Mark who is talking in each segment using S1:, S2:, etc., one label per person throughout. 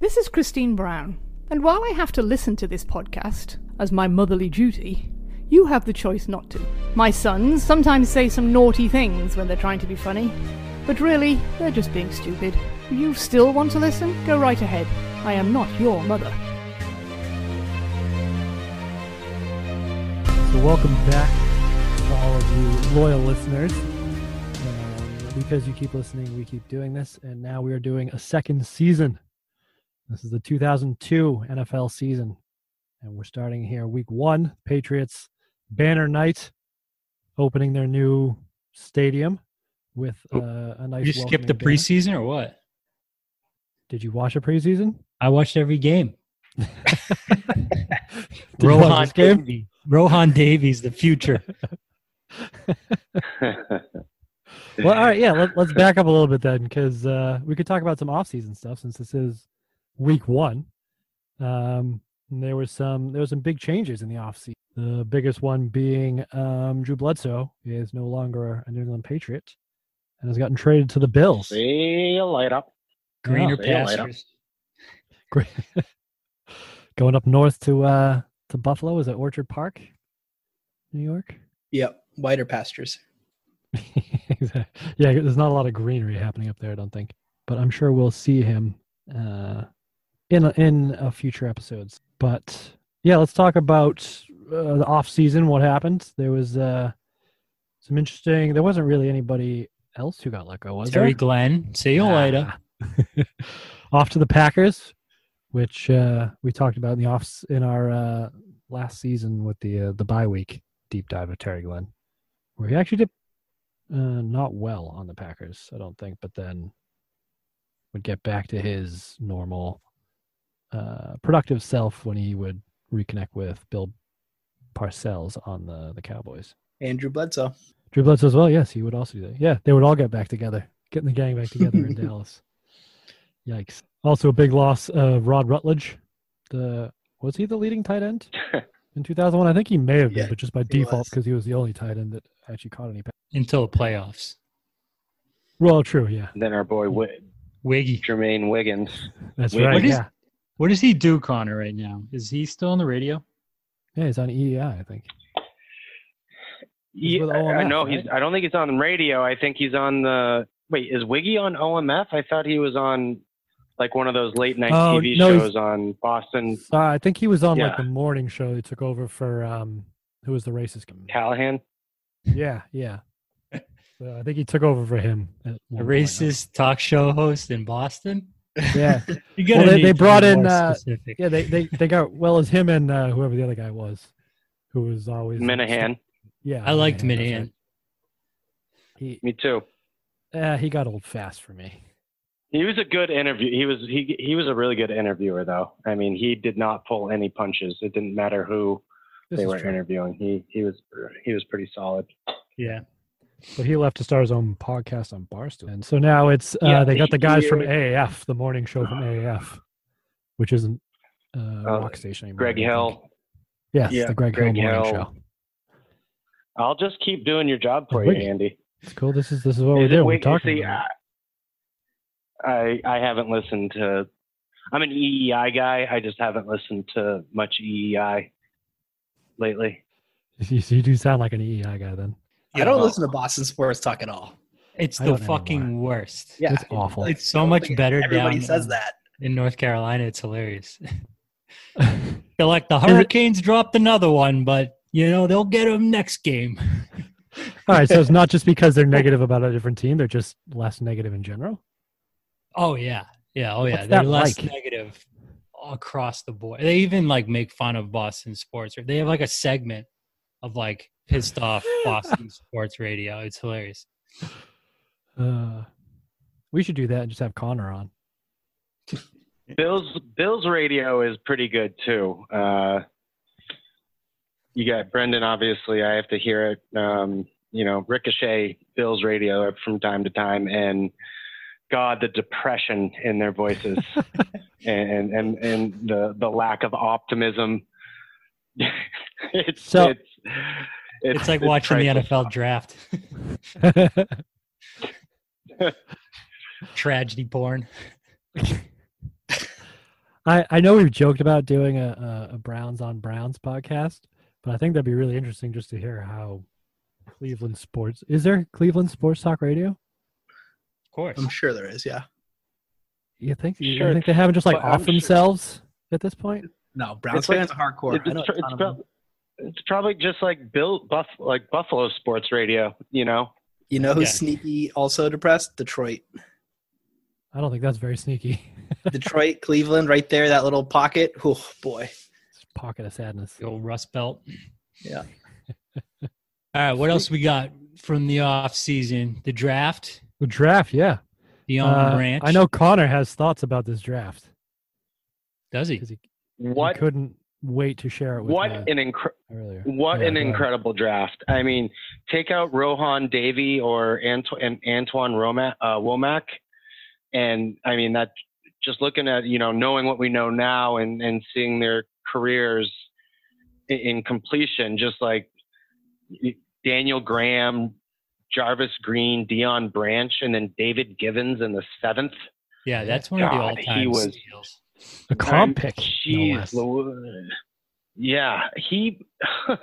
S1: This is Christine Brown, and while I have to listen to this podcast as my motherly duty, you have the choice not to. My sons sometimes say some naughty things when they're trying to be funny, but really, they're just being stupid. You still want to listen? Go right ahead. I am not your mother.
S2: So welcome back to all of you loyal listeners. Um, because you keep listening, we keep doing this, and now we are doing a second season. This is the 2002 NFL season, and we're starting here week one. Patriots banner night, opening their new stadium with uh, a nice.
S3: Oh, you skipped
S2: welcoming
S3: the
S2: banner.
S3: preseason or what?
S2: Did you watch a preseason?
S3: I watched every game.
S2: Did you watch this game?
S3: Davies. Rohan Davies, the future.
S2: Well, all right, yeah. Let, let's back up a little bit then, because uh, we could talk about some off-season stuff since this is week one. Um, and there was some there were some big changes in the off-season. The biggest one being um, Drew Bledsoe is no longer a New England Patriot and has gotten traded to the Bills.
S4: See you later.
S3: Greener
S4: see you later.
S3: pastures.
S2: Great. Going up north to uh, to Buffalo is it Orchard Park, New York?
S5: Yep, wider pastures.
S2: Exact- yeah, there's not a lot of greenery happening up there, I don't think. But I'm sure we'll see him uh, in a, in a future episodes. But yeah, let's talk about uh, the off season. What happened? There was uh, some interesting. There wasn't really anybody else who got let go, was
S3: Terry
S2: there?
S3: Glenn. See you later.
S2: Ah. off to the Packers, which uh, we talked about in the off in our uh, last season with the uh, the bye week deep dive of Terry Glenn, where he actually did uh, not well on the Packers, I don't think, but then would get back to his normal uh, productive self when he would reconnect with Bill Parcells on the the Cowboys.
S5: Andrew Bledsoe.
S2: Drew Bledsoe as well. Yes, he would also do that. Yeah, they would all get back together, getting the gang back together in Dallas. Yikes! Also, a big loss of Rod Rutledge. The was he the leading tight end in 2001? I think he may have been,
S5: Yeah,
S2: but just by default
S5: was.
S2: because he was the only tight end that actually caught any. Pass.
S3: Until the playoffs.
S2: Well, true. Yeah,
S4: Then our boy Wig-
S3: Wiggy.
S4: Jermaine Wiggins.
S2: that's
S4: Wait,
S2: right.
S3: what is-
S2: yeah,
S3: What does he do, Connor, right now? Is he still on the radio?
S2: yeah, he's on EEI, I think. He's
S4: Yeah,
S2: with
S4: I
S2: OMF,
S4: know he's. I don't think he's on radio. I think he's on the. Wait, is Wiggy on OMF? I thought he was on like one of those late night
S2: Oh,
S4: TV
S2: no, he's-
S4: shows on Boston
S2: Uh, I think he was on like
S4: Mm. Yeah.
S2: the morning show. They took over for um, who was the racist?
S4: Callahan.
S2: Yeah, yeah. So I think he took over for him. at
S3: A
S2: one point.
S3: racist talk show host in Boston?
S2: Yeah. Well, they-
S3: You gotta need
S2: they
S3: to be
S2: brought in,
S3: more
S2: uh,
S3: specific.
S2: Yeah, they they, they got well as him and uh, whoever the other guy was, who was always
S4: Minahan.
S2: Yeah,
S3: I liked
S2: Minahan, that's
S3: Minahan.
S2: right.
S4: Me too.
S2: He uh, he got old fast for me.
S4: He was a good interview. He was he he was a really good interviewer though. I mean, he did not pull any punches. It didn't matter who
S2: This
S4: they
S2: is
S4: were
S2: true.
S4: interviewing. He he was he was pretty solid.
S3: Yeah.
S2: But he left to start his own podcast on Barstool, and so now it's uh,
S4: Yeah,
S2: they got the
S4: he-
S2: guys from
S4: he-
S2: AAF, the morning show from AAF, which isn't uh, rock station anymore. I
S4: Oh, Greg
S2: don't think.
S4: Hill.
S2: Yes,
S4: yeah,
S2: the Greg,
S4: Greg
S2: Hill morning
S4: Hill.
S2: show.
S4: I'll just keep doing your job for
S2: Wiggy.
S4: you, Andy.
S2: It's cool. This is this is what
S4: Is
S2: we
S4: it
S2: do. We're
S4: Wiggy?
S2: talking.
S4: See,
S2: about it.
S4: I I haven't listened to. I'm an EEI guy. I just haven't listened to much EEI lately.
S2: You, you do sound like an EEI guy then.
S5: I don't
S4: Yeah.
S5: listen to Boston sports talk at all.
S3: It's
S2: I
S3: the
S2: don't
S3: fucking
S2: anymore.
S3: worst.
S5: Yeah,
S2: That's awful.
S3: It's so much better
S5: Everybody
S3: down
S5: says
S3: in-
S5: that.
S3: in North Carolina. It's hilarious. They're like the Hurricanes dropped another one, but you know they'll get them next game.
S2: All right, so it's not just because they're negative about a different team; they're just less negative in general.
S3: Oh yeah, yeah, oh yeah.
S2: What's
S3: They're
S2: that
S3: less
S2: like?
S3: negative across the board. They even like make fun of Boston sports. They have like a segment of like pissed off Boston sports radio. It's hilarious.
S2: Uh, we should do that and just have Connor on.
S4: Bill's Bill's radio is pretty good too. Uh, you got Brendan, obviously. I have to hear it. Um, you know, Ricochet, Bill's radio from time to time, and God, the depression in their voices, and and and the the lack of optimism. it's,
S2: So-
S4: it's
S3: It's, like watching the
S4: priceless.
S3: NFL draft. Tragedy porn.
S2: I, I know we've joked about doing a, a, a Browns on Browns podcast, but I think that'd be really interesting just to hear how Cleveland sports is there Cleveland sports talk radio?
S3: Of course.
S5: I'm sure there is. Yeah.
S2: You think you
S4: Sure.
S2: think they haven't just like
S4: Well, I'm
S2: off
S4: sure.
S2: themselves at this point?
S5: No, Browns
S4: It's like-
S5: fans are hardcore.
S4: It-
S5: I know
S4: it's,
S5: a
S4: pr-
S5: ton
S4: it's,
S5: of them.
S4: prob- it's probably just like Bill Buff, like Buffalo sports radio. You know,
S5: You know who's
S3: Yeah.
S5: sneaky, also depressed? Detroit.
S2: I don't think that's very sneaky.
S5: Detroit, Cleveland, right there, that little pocket. Oh boy.
S2: It's pocket of sadness.
S3: The old Rust Belt.
S5: Yeah.
S3: All right. What else we got from the off season? The draft.
S2: The draft, yeah.
S3: Dion
S2: Uh,
S3: Ranch.
S2: I know Connor has thoughts about this draft
S3: Does he?
S2: because he, he
S4: what
S2: couldn't wait to share it with
S4: what
S2: me
S4: an incre-
S2: earlier.
S4: what
S2: Yeah,
S4: an
S2: go ahead.
S4: incredible draft. I mean, take out Rohan Davy or Anto- and Antoine Roma- uh, Womack, and I mean that. Just looking at you know knowing what we know now and and seeing their careers in, in completion, just like Daniel Graham, Jarvis Green, Dion Branch, and then David Givens in the seventh.
S3: Yeah, that's one of the all
S4: God, he
S3: time
S4: was-
S3: steals.
S2: A comp
S4: I'm-
S2: pick. no
S4: Jeez,
S2: less.
S4: Louis. yeah, he.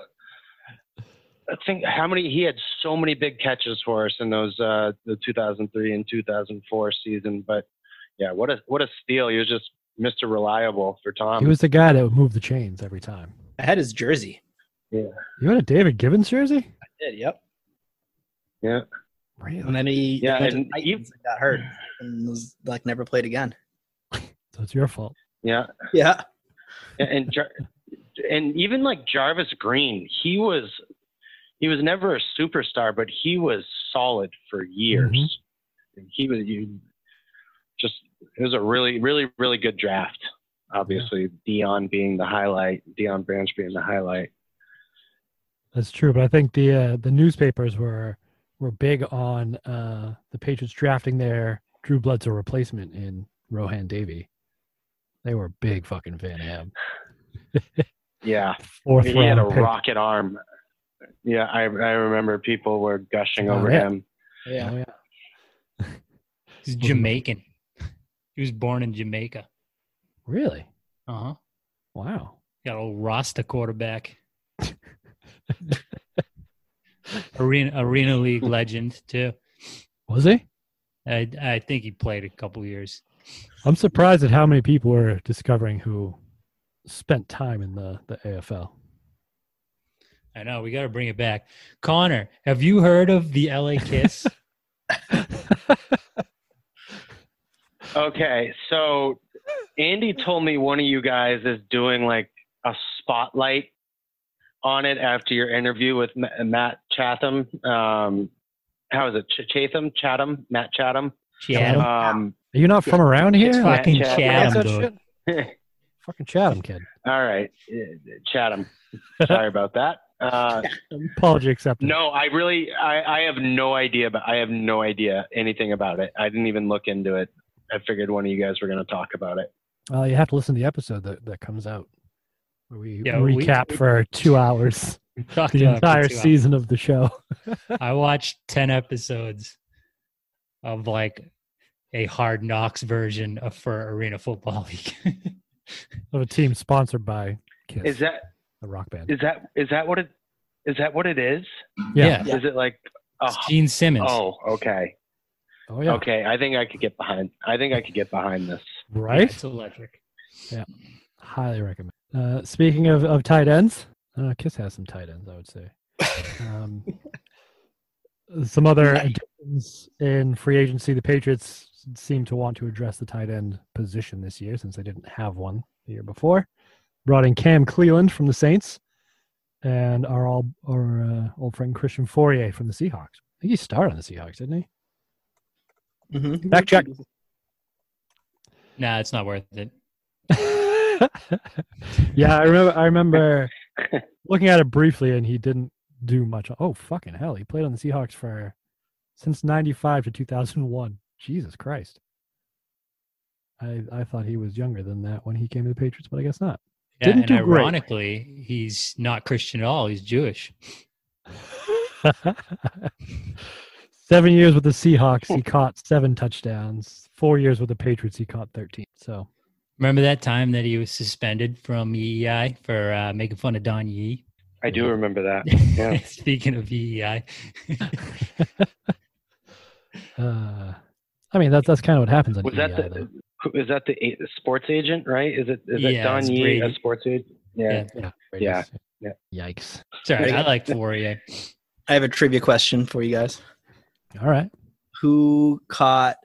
S4: I think how many he had so many big catches for us in those uh, the 2003 and 2004 season. But yeah, what a what a steal! He was just Mr. Reliable for Tom.
S2: he was the guy that would move the chains every time.
S5: I had his jersey.
S2: You had a David Gibbons jersey?
S5: I did, yep. And
S2: Really?
S5: then he
S4: Yeah,
S5: went to
S4: and
S5: the
S4: you-
S5: Titans and got hurt and was like never played again.
S2: So it's your fault.
S4: yeah,
S5: Yeah.
S4: and and, Jar- and even like Jarvis Green, he was he was never a superstar, but he was solid for years.
S2: Mm-hmm.
S4: He was you just it was a really really really good draft. Obviously, Dion being the highlight, Dion Branch being the highlight.
S2: That's true, but I think the uh, the newspapers were were big on uh, the Patriots drafting their Drew Bledsoe replacement in Rohan Davey. They were a big fucking fan of him.
S4: Yeah,
S2: Fourth
S4: he had a
S2: round pick.
S4: rocket arm. Yeah, I I remember people were gushing
S2: Oh,
S4: over
S2: yeah.
S4: him.
S5: Yeah.
S2: Oh, yeah.
S3: He's Jamaican. He was born in Jamaica.
S2: Really?
S3: Uh huh.
S2: Wow.
S3: Got old Rasta quarterback. arena Arena League legend too.
S2: Was he?
S3: I I think he played a couple years.
S2: I'm surprised at how many people were discovering who spent time in the, the AFL.
S3: I know we got to bring it back. Connor, have you heard of the LA Kiss?
S4: Okay, so Andy told me one of you guys is doing like a spotlight on it after your interview with Ma- Matt Chatham. Um, how is it? Ch- Chatham? Chatham? Matt Chatham?
S3: Chatham.
S4: Um,
S2: Are you not from around here?
S3: It's
S2: Like,
S3: fucking
S4: Chatham.
S2: pronounce
S3: Chatham,
S2: that
S3: dude.
S2: shit? fucking Chatham kid.
S4: all right, uh, Chatham. Sorry about that. Uh,
S2: Apology accepted.
S4: no, I really, I, I have no idea. About, I have no idea anything about it. I didn't even look into it. I figured one of you guys were going to talk about it.
S2: Uh, you have to listen to the episode that, that comes out. where We
S3: Yeah, we-
S2: recap for two hours
S3: We talked
S2: the
S3: about it for
S2: entire
S3: two hours.
S2: season of the show.
S3: I watched 10 episodes of like a hard knocks version of for Arena Football League.
S2: Of a team sponsored by Kiss,
S4: Is that
S2: the rock band.
S4: is that is that what it is that what it is?
S3: yeah.
S5: Yeah.
S4: Is it like a
S3: It's Gene Simmons.
S4: Oh, okay.
S2: Oh yeah.
S4: Okay. I think I could get behind. I think I could get behind this.
S3: Yeah,
S2: Right.
S3: it's electric.
S2: Highly recommend. Uh, speaking of, of tight ends, uh, Kiss has some tight ends, I would say. Um, some other
S5: Nice.
S2: additions in free agency. The Patriots seem to want to address the tight end position this year since they didn't have one the year before. Brought in Cam Cleland from the Saints and our, all, our uh, old friend Christian Fourier from the Seahawks. I think he started on the Seahawks, didn't he?
S5: Mhm.
S2: Back check.
S3: Nah, it's not worth it.
S2: yeah, I remember. I remember looking at it briefly, and he didn't do much. Oh fucking hell! He played on the Seahawks for since '95 to 2001. Jesus Christ! I I thought he was younger than that when he came to the Patriots, but I guess not.
S3: Yeah,
S2: Didn't
S3: and
S2: do great.
S3: ironically, he's not Christian at all. He's Jewish.
S2: seven years with the Seahawks, he caught seven touchdowns. Four years with the Patriots, he caught 13. So
S3: Remember that time that he was suspended from EEI for uh, making fun of Don Yee?
S4: I do remember that. Yeah.
S3: Speaking of E EEI,
S2: Uh, I mean, that's that's kind of what happens. On
S4: Was that
S2: EI,
S4: the
S2: though.
S4: who- is that the a- sports agent, right? Is it is that
S3: Yeah,
S4: Don
S3: it's
S4: Yee, a
S3: Brady.
S4: sports agent? Yeah.
S2: Yeah.
S4: Yeah.
S2: Raiders. Yikes.
S3: sorry, I like Fourier.
S5: I have a trivia question for you guys.
S2: All right.
S5: Who caught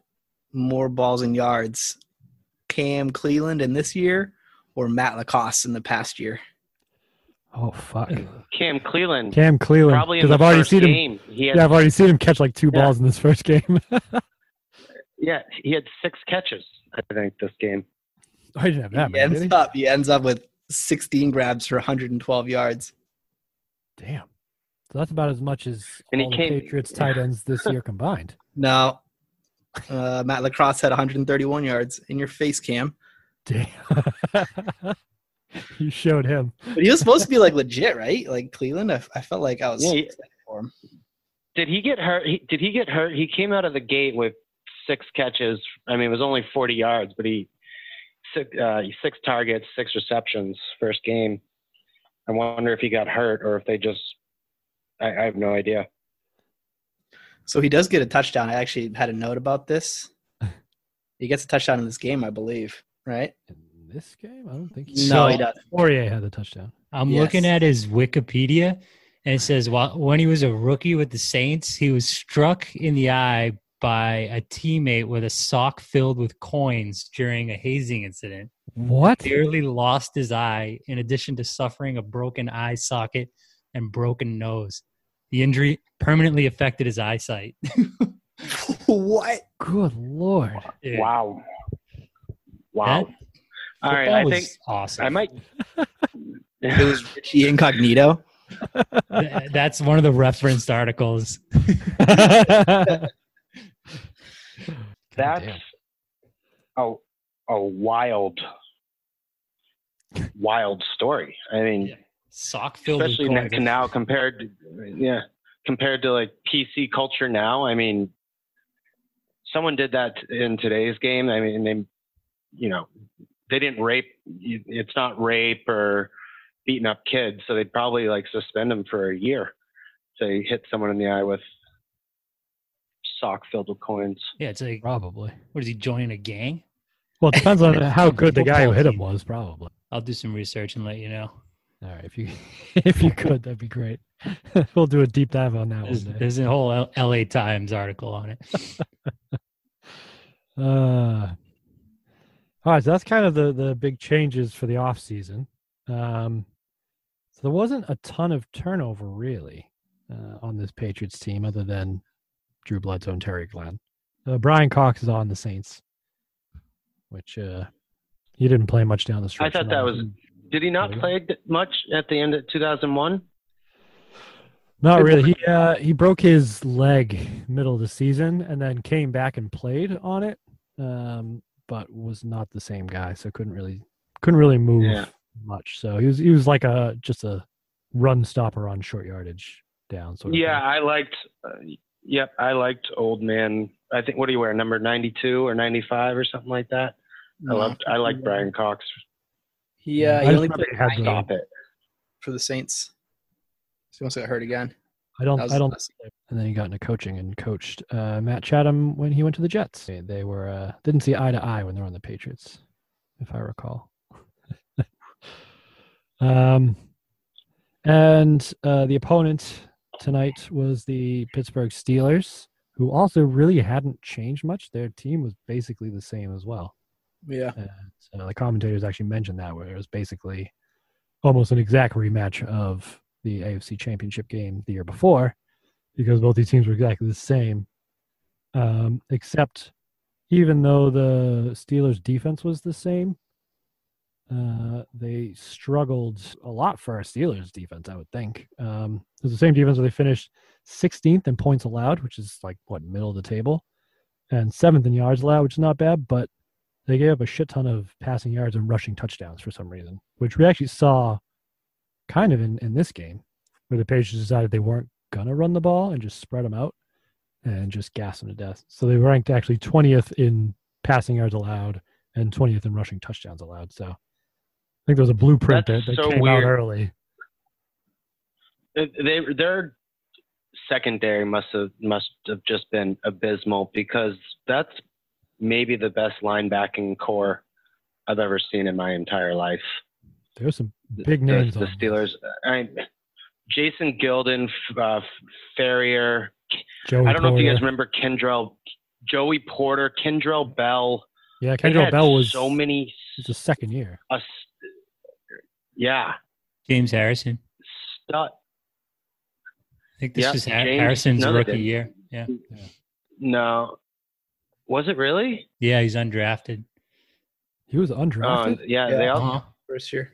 S5: more balls and yards, Cam Cleland in this year or Matt Lacoste in the past year?
S2: Oh fuck.
S4: Cam Cleland.
S2: Cam Cleland.
S4: Probably in
S2: Because I've
S4: the
S2: already
S4: first
S2: seen him.
S4: game. He had,
S2: Yeah,
S4: yeah.
S2: I've already seen him catch like two
S4: Yeah.
S2: balls in this first game.
S4: he had six catches, I think, this game.
S2: I didn't have that
S5: he
S2: many.
S5: ends
S2: Did he?
S5: up he ends up with 16 grabs for 112 yards.
S2: Damn. So that's about as much as
S4: And he
S2: all the
S4: came-
S2: Patriots tight ends this year combined.
S5: Now, uh, Matt Lacrosse had 131 yards in your face, Cam.
S2: Damn. you showed him.
S5: But he was supposed to be like legit, right? Like Cleveland, I, I felt like I was.
S4: Yeah, he-
S5: for him.
S4: Did he get hurt? He, did he get hurt? He came out of the gate with six catches. I mean, it was only 40 yards, but he six, uh, six targets, six receptions first game. I wonder if he got hurt or if they just. I, I have no idea.
S5: So he does get a touchdown. I actually had a note about this. He gets a touchdown in this game, I believe, right?
S2: In this game? I don't think
S5: no,
S3: So-
S5: he does.
S2: Poirier had the touchdown.
S3: I'm
S5: Yes.
S3: looking at his Wikipedia, and it says while when he was a rookie with the Saints, he was struck in the eye by a teammate with a sock filled with coins during a hazing incident.
S2: What?
S3: Nearly lost his eye, in addition to suffering a broken eye socket and broken nose. The injury permanently affected his eyesight.
S5: what?
S2: Good lord.
S3: Dude,
S4: Wow. Wow.
S3: that
S4: All right.
S3: football
S4: I
S3: was
S4: think
S3: awesome.
S4: I might.
S5: It was Richie Incognito.
S3: Th- That's one of the referenced articles.
S2: God
S4: That's
S2: damn.
S4: a a wild, wild story. I mean,
S3: Yeah, Sock filled
S4: especially
S3: with
S4: now,
S3: coins.
S4: now compared to yeah, compared to like PC culture now. I mean, someone did that in today's game. I mean, they, you know, they didn't rape. It's not rape or beating up kids, so they'd probably like suspend them for a year. So you hit someone in the eye with sock filled with coins.
S3: Yeah, it's like
S2: Probably.
S3: what is he joining a gang?
S2: Well, it depends on how good the guy who hit him
S3: Football
S2: was, probably.
S3: I'll do some research and let you know.
S2: All right, if you if you could, that'd be great. we'll do a deep dive on that
S3: There's,
S2: one day.
S3: there's a whole L- LA Times article on it.
S2: Uh, all right, so that's kind of the the big changes for the off season. Um, so there wasn't a ton of turnover really uh, on this Patriots team, other than Drew Bledsoe and Terry Glenn. Uh, Brian Cox is on the Saints, which uh, he didn't play much down the stretch.
S4: thought
S2: and
S4: that
S2: all.
S4: was- Did he not
S3: Mm-hmm.
S2: Really?
S4: play much at the end of 2001?
S2: Not really. He uh, he broke his leg middle of the season and then came back and played on it, um, but was not the same guy. So couldn't really couldn't really move
S4: Yeah.
S2: much. So he was he was like a just a run stopper on short yardage down. Sort of
S4: Yeah, I liked. Uh, yep, I liked Old Man. I think what do you wear? Number ninety-two or ninety-five or something like that. I loved. I liked Brian Cox.
S2: Mm-hmm.
S5: Yeah,
S2: I just
S5: he only
S2: remember
S5: played
S2: he had the-
S5: nine games
S4: Stop it.
S5: for the Saints. So he wants to get hurt again.
S2: thing. I don't
S5: That was
S2: I
S5: the
S2: don't.
S5: last-
S2: And then he got into coaching and coached uh, Matt Chatham when he went to the Jets. They, they were uh, didn't see eye to eye when they were on the Patriots, if I recall. um, and uh, the opponent tonight was the Pittsburgh Steelers, who also really hadn't changed much. Their team was basically the same as well.
S5: Yeah.
S2: Uh, so the commentators actually mentioned that, where it was basically almost an exact rematch of the AFC Championship game the year before, because both these teams were exactly the same. Um, except, even though the Steelers' defense was the same, uh, they struggled a lot for our Steelers' defense. I would think um, it was the same defense where they finished 16th in points allowed, which is like what middle of the table, and seventh in yards allowed, which is not bad, but they gave up a shit ton of passing yards and rushing touchdowns for some reason, which we actually saw kind of in, in this game where the Patriots decided they weren't going to run the ball and just spread them out and just gas them to death. So they ranked actually 20th in passing yards allowed and 20th in rushing touchdowns allowed. So I think there was a blueprint
S4: That's
S2: that, that
S4: so
S2: came
S4: weird.
S2: out early.
S4: They they- their secondary must have must have just been abysmal because that's maybe the best linebacking core I've ever seen in my entire life.
S2: There's some big
S4: The-
S2: names.
S4: The,
S2: on there.
S4: Steelers. I, Jason Gilden, F- uh, Ferrier.
S2: Joey
S4: I don't know if you guys
S2: Porter.
S4: remember Kendrell, Joey Porter, Kendrell Bell.
S2: Yeah,
S4: They
S2: Kendall
S4: had
S2: Bell was
S4: so many.
S2: It's the second year.
S4: a s- yeah,
S3: James Harrison.
S4: stud.
S3: I think this
S4: Yeah,
S3: was Har-
S4: James-
S3: Harrison's
S4: no, they
S3: rookie
S4: didn't.
S3: year. Yeah.
S4: No, was it really?
S3: Yeah, he's undrafted.
S2: He was
S4: Uh,
S2: undrafted.
S4: yeah,
S5: Yeah.
S4: they all,
S3: Uh-huh.
S5: First year.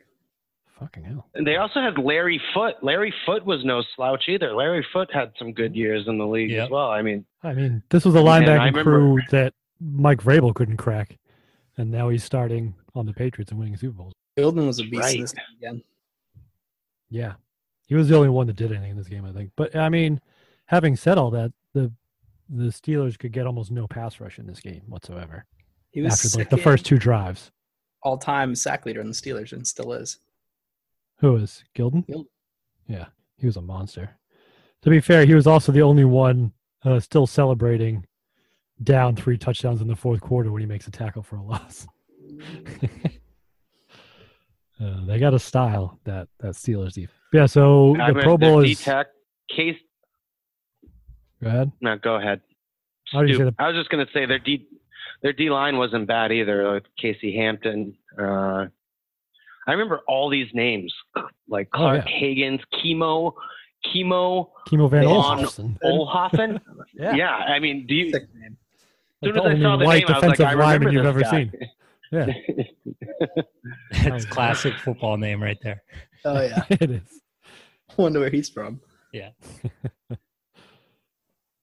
S2: Fucking hell.
S4: And They also had Larry Foote. Larry Foote was no slouch either. Larry Foote had some good years in the league
S3: Yeah.
S4: as well. I mean,
S2: I mean, this was a
S4: Man, I
S2: linebacking
S4: remember-
S2: crew that Mike Vrabel couldn't crack, and now he's starting on the Patriots and winning Super Bowls.
S5: Golden was a beast
S4: Right.
S5: in this game again.
S2: Yeah, he was the only one that did anything in this game, I think. But I mean, having said all that, the the Steelers could get almost no pass rush in this game whatsoever
S5: He was
S2: after like the
S5: second
S2: first two drives.
S5: all-time sack leader in the Steelers and still is.
S2: Who is Gilden?
S5: Gilden.
S2: Yeah, he was a monster. To be fair, he was also the only one uh, still celebrating down three touchdowns in the fourth quarter when he makes a tackle for a loss. uh, they got a style that that Steelers defense. Yeah, so
S4: I
S2: the
S4: mean,
S2: Pro Bowl is.
S4: D-Tech case.
S2: Go ahead.
S4: No, go ahead.
S2: How do you say
S4: Dude,
S2: the?
S4: I was just gonna say their D, their D line wasn't bad either. Like Casey Hampton. Uh, I remember all these names like
S2: Oh,
S4: Clark Higgins, Chemo, Chemo
S2: Chemo Van
S4: Vaughn-
S2: Olsen.
S4: Olhoffen.
S2: Yeah.
S4: yeah, I mean, do you?
S5: Sick name.
S4: As soon
S2: the
S4: as I saw
S2: only
S4: the
S2: white
S4: name, I was like,
S2: defensive
S4: I remember
S2: lineman you've
S4: this
S2: ever
S4: guy.
S2: seen. Yeah,
S3: That's classic football name right there.
S5: Oh yeah.
S2: it is.
S5: Wonder where he's from.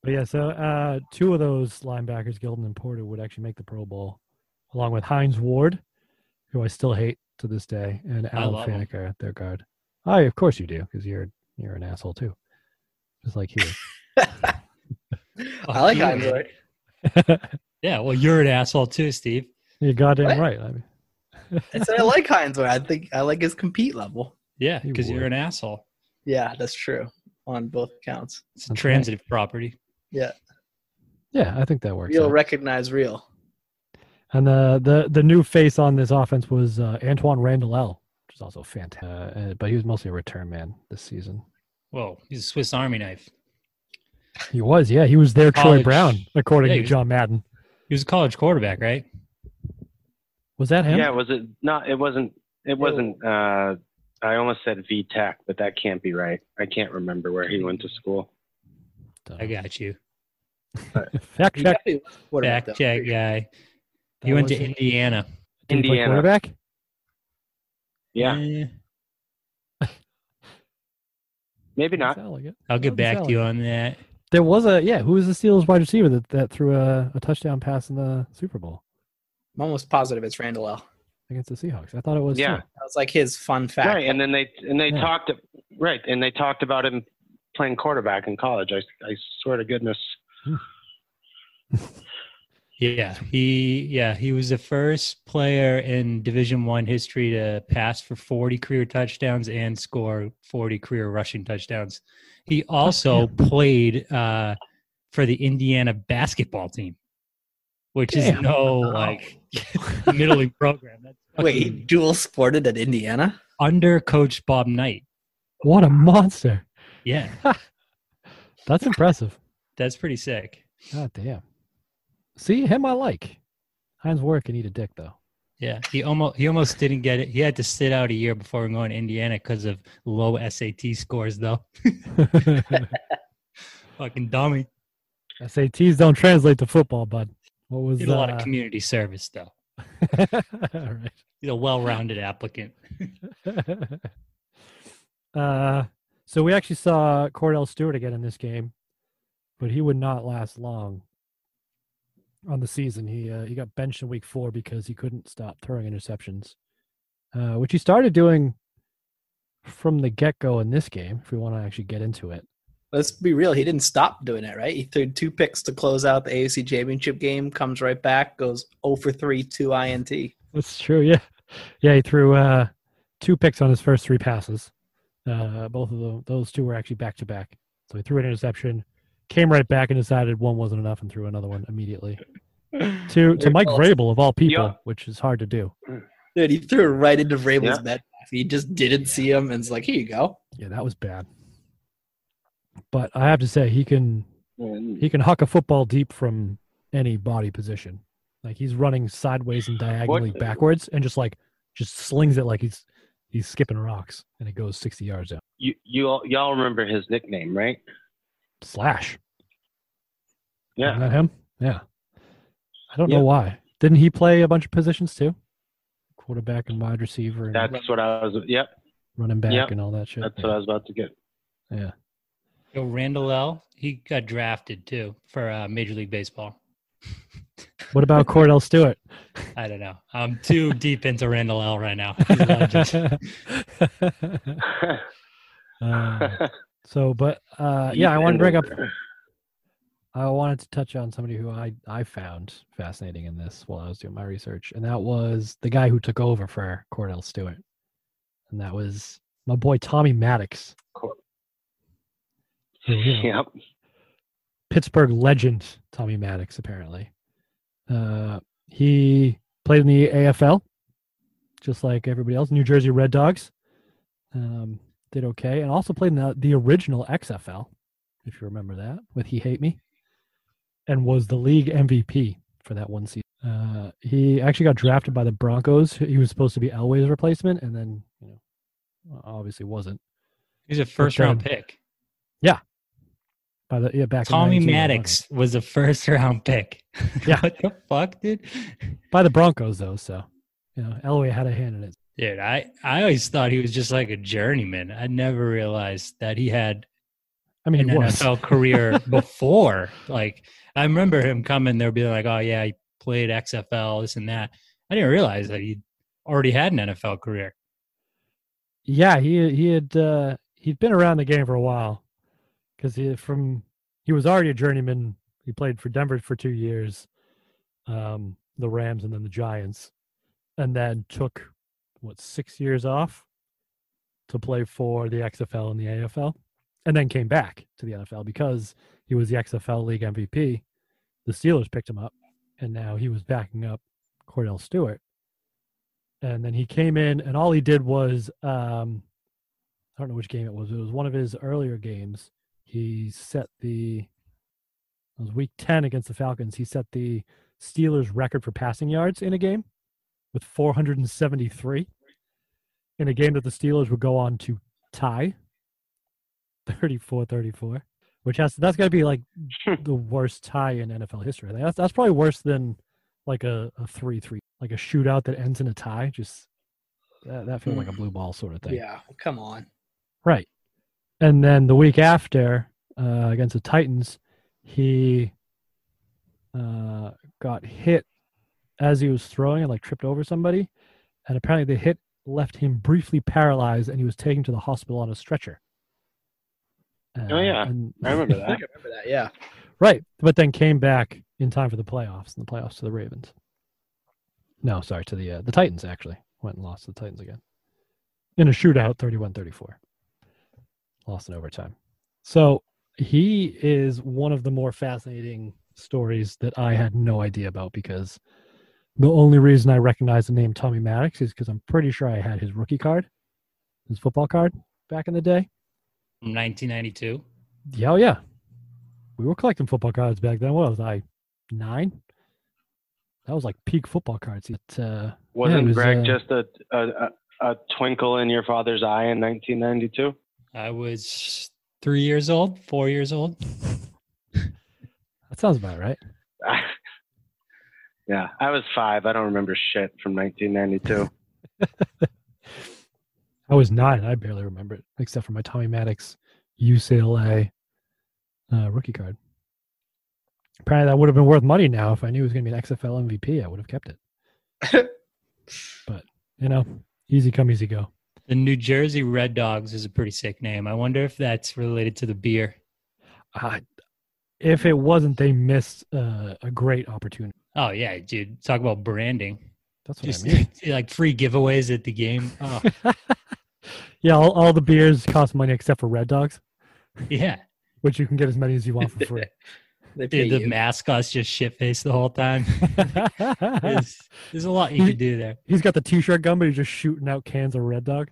S2: But yeah, so uh, two of those linebackers, Gilden and Porter, would actually make the Pro Bowl, along with Heinz Ward, who I still hate to this day, and Alan
S3: love him.
S2: Faneca at their guard. I, of course, you do, because you're you're an asshole too, just like he. is.
S5: I like
S3: you,
S5: Heinz
S3: man.
S5: Ward.
S3: Yeah, well, you're an asshole too, Steve.
S2: you're goddamn
S5: What?
S2: right. I mean,
S5: I said I like Heinz Ward. I think I like his compete level.
S3: Yeah,
S2: You
S3: because you're
S2: would.
S3: an asshole.
S5: Yeah, that's true on both counts.
S3: It's a
S2: That's right.
S3: transitive property.
S2: yeah, I think that works.
S5: Real
S2: out.
S5: recognize real.
S2: And the, the the new face on this offense was uh, Antoine Randall, L, which is also fantastic, uh, but he was mostly a return man this season.
S3: Whoa, he's a Swiss Army knife.
S2: He was, yeah, he was their Troy
S3: College.
S2: Brown, according
S3: Yeah, he
S2: to
S3: was-
S2: John Madden.
S3: He was a college quarterback, right?
S2: Was that him?
S4: Yeah, was it not? It wasn't. It wasn't. Uh, I almost said V Tech, but that can't be right. I can't remember where he went to school.
S2: Dunno.
S3: I got you.
S2: Fact
S5: He
S2: check.
S5: definitely was a quarterback,
S3: Back
S5: though.
S3: check guy. He
S2: That
S3: went to
S2: was-
S3: Indiana.
S2: Did he play
S4: Indiana.
S2: quarterback?
S4: Yeah,
S3: Eh,
S4: maybe not.
S2: Sound like it.
S3: I'll
S2: Doesn't
S3: get back
S2: sound
S3: to you
S2: like
S3: on that.
S2: There was a yeah. Who was the Steelers wide receiver that, that threw a, a touchdown pass in the Super Bowl
S5: I'm almost positive it's Randall L. against
S2: against the Seahawks? I thought it was Phil.
S4: Yeah.
S5: That was like his fun fact.
S4: Right, and then they and they
S2: Yeah.
S4: talked right, and they talked about him playing quarterback in college. I I swear to goodness.
S3: Yeah, he yeah he was the first player in Division One history to pass for 40 career touchdowns and score 40 career rushing touchdowns. He also played uh, for the Indiana basketball team, which is
S2: Damn.
S3: no like middle league program. That's
S5: Wait, he
S3: fucking
S5: dual sported at Indiana?
S3: under Coach Bob Knight.
S2: What a monster!
S3: Yeah,
S2: That's impressive.
S3: that's pretty sick.
S2: God damn. See him, I like. Heinz Ward can eat a dick though.
S3: Yeah, he almost he almost didn't get it. He had to sit out a year before going to Indiana because of low SAT scores, though. Fucking dummy.
S2: SATs don't translate to football, bud. What was
S3: Did a lot
S2: uh,
S3: of community service though.
S2: all right.
S3: He's a well-rounded applicant.
S2: uh, so we actually saw Cordell Stewart again in this game, but he would not last long on the season. He uh, he got benched in week four because he couldn't stop throwing interceptions, uh, which he started doing from the get go in this game. If we want to actually get into it,
S5: Let's be real. He didn't stop doing it, right? He threw two picks to close out the AFC Championship game. Comes right back, goes 0 for 3, two INT.
S2: That's true. Yeah, yeah. He threw uh, two picks on his first three passes. Uh, both of tho- those two were actually back to back. So he threw an interception, came right back, and decided one wasn't enough, and threw another one immediately. To to
S5: Very
S2: Mike
S5: close.
S2: Vrabel of all people,
S4: Yeah.
S2: which is hard to do.
S5: Dude, he threw it right into Vrabel's
S4: Yeah.
S5: bed. He just didn't see him, and it's like, here you go.
S2: Yeah, that was bad. But I have to say, he can
S4: And
S2: he can huck a football deep from any body position. Like he's running sideways and diagonally backwards, and just like just slings it like he's he's skipping rocks, and it goes sixty yards out.
S4: you, you all, y'all remember his nickname, right?
S2: Slash. Isn't
S4: Yeah.
S2: that him? Yeah. I don't
S4: Yeah.
S2: know why. Didn't he play a bunch of positions too? Quarterback and wide receiver and
S4: That's what I was. Yep.
S2: running back
S4: yep.
S2: and all that shit.
S4: That's what I was about to get.
S2: yeah.
S3: Yo, Randall L. He got drafted too for uh, Major League Baseball.
S2: What about Cordell Stewart?
S3: I don't know. I'm too deep into Randall L. right now. He's a legend.
S2: uh, so, but uh,
S4: He's
S2: yeah, I want to
S4: in
S2: bring up.
S4: there.
S2: I wanted to touch on somebody who I I found fascinating in this while I was doing my research, and that was the guy who took over for Cordell Stewart, and that was my boy Tommy Maddox.
S4: Cor-
S2: who, you know,
S4: yep.
S2: Pittsburgh legend Tommy Maddox, apparently. Uh, he played in the AFL, just like everybody else. New Jersey Red Dogs um, did okay, and also played in the, the original XFL, if you remember that, with He Hate Me, and was the league MVP for that one season. Uh, he actually got drafted by the Broncos. He was supposed to be Elway's replacement, and then you know, obviously wasn't.
S3: He's a first round pick.
S2: By the yeah, back in
S3: Tommy
S2: 19
S3: Maddox was a first round pick.
S2: Yeah.
S3: what the fuck, dude?
S2: by the Broncos though, so you know Elway had a hand in it.
S3: Dude, I, I always thought he was just like a journeyman. I never realized that he had
S2: I mean,
S3: an
S2: he was.
S3: NFL career before. Like I remember him coming there being like, Oh yeah, he played XFL, this and that. I didn't realize that he already had an NFL career.
S2: Yeah, he he had uh, he'd been around the game for a while because he from he was already a journeyman. He played for Denver for two years, um, the Rams, and then the Giants, and then took what six years off to play for the XFL and the AFL, and then came back to the NFL because he was the XFL league MVP. The Steelers picked him up, and now he was backing up Cordell Stewart and then he came in and all he did was um i don't know which game it was it was one of his earlier games he set the it was week 10 against the falcons he set the steelers record for passing yards in a game with 473 in a game that the steelers would go on to tie 34-34 which has that's got to be like the worst tie in nfl history I think that's, that's probably worse than like a, a three three like a shootout that ends in a tie just that, that feels like a blue ball sort of thing
S5: Yeah, come on.
S2: right and then the week after uh, against the titans he uh, got hit as he was throwing and like tripped over somebody and apparently the hit left him briefly paralyzed and he was taken to the hospital on a stretcher
S4: Oh, yeah.
S2: and-
S4: I remember
S5: I
S4: that.
S5: think I remember that. Yeah.
S2: Right, but then came back in time for the playoffs, and the playoffs to the Ravens. No, sorry, to the uh, the Titans actually went and lost to the Titans again in a shootout, 31-34. Lost in overtime. So he is one of the more fascinating stories that I had no idea about because the only reason I recognize the name Tommy Maddox is because I'm pretty sure I had his rookie card, his football card back in the day.
S3: From nineteen ninety two.
S2: Yeah, oh yeah. We were collecting football cards back then. What was I? Nine? That was like peak football cards. It, uh,
S4: Wasn't
S2: was,
S4: Greg
S2: uh,
S4: just a, a a a twinkle in your father's eye in 1992?
S3: I was three years old, four years old.
S2: that sounds about right.
S4: yeah, I was five. I don't remember shit from 1992.
S2: I was nine. I barely remember it, except for my Tommy Maddox UCLA uh, rookie card. Apparently, that would have been worth money now. If I knew it was going to be an XFL MVP, I would have kept it. but, you know, easy come, easy go.
S3: The New Jersey Red Dogs is a pretty sick name. I wonder if that's related to the beer.
S2: I, if it wasn't, they missed uh, a great opportunity.
S3: Oh yeah, dude. Talk about branding.
S2: That's what
S3: Just
S2: I mean.
S3: like free giveaways at the game. Oh,
S2: yeah, all, all the beers cost money except for Red Dogs,
S3: yeah,
S2: which you can get as many as you want for free.
S5: They pay
S3: dude. The
S5: you.
S3: mascot's just shit faced the whole time. there's, there's a lot you could do there.
S2: he's got the t-shirt gun, but he's just shooting out cans of Red Dog.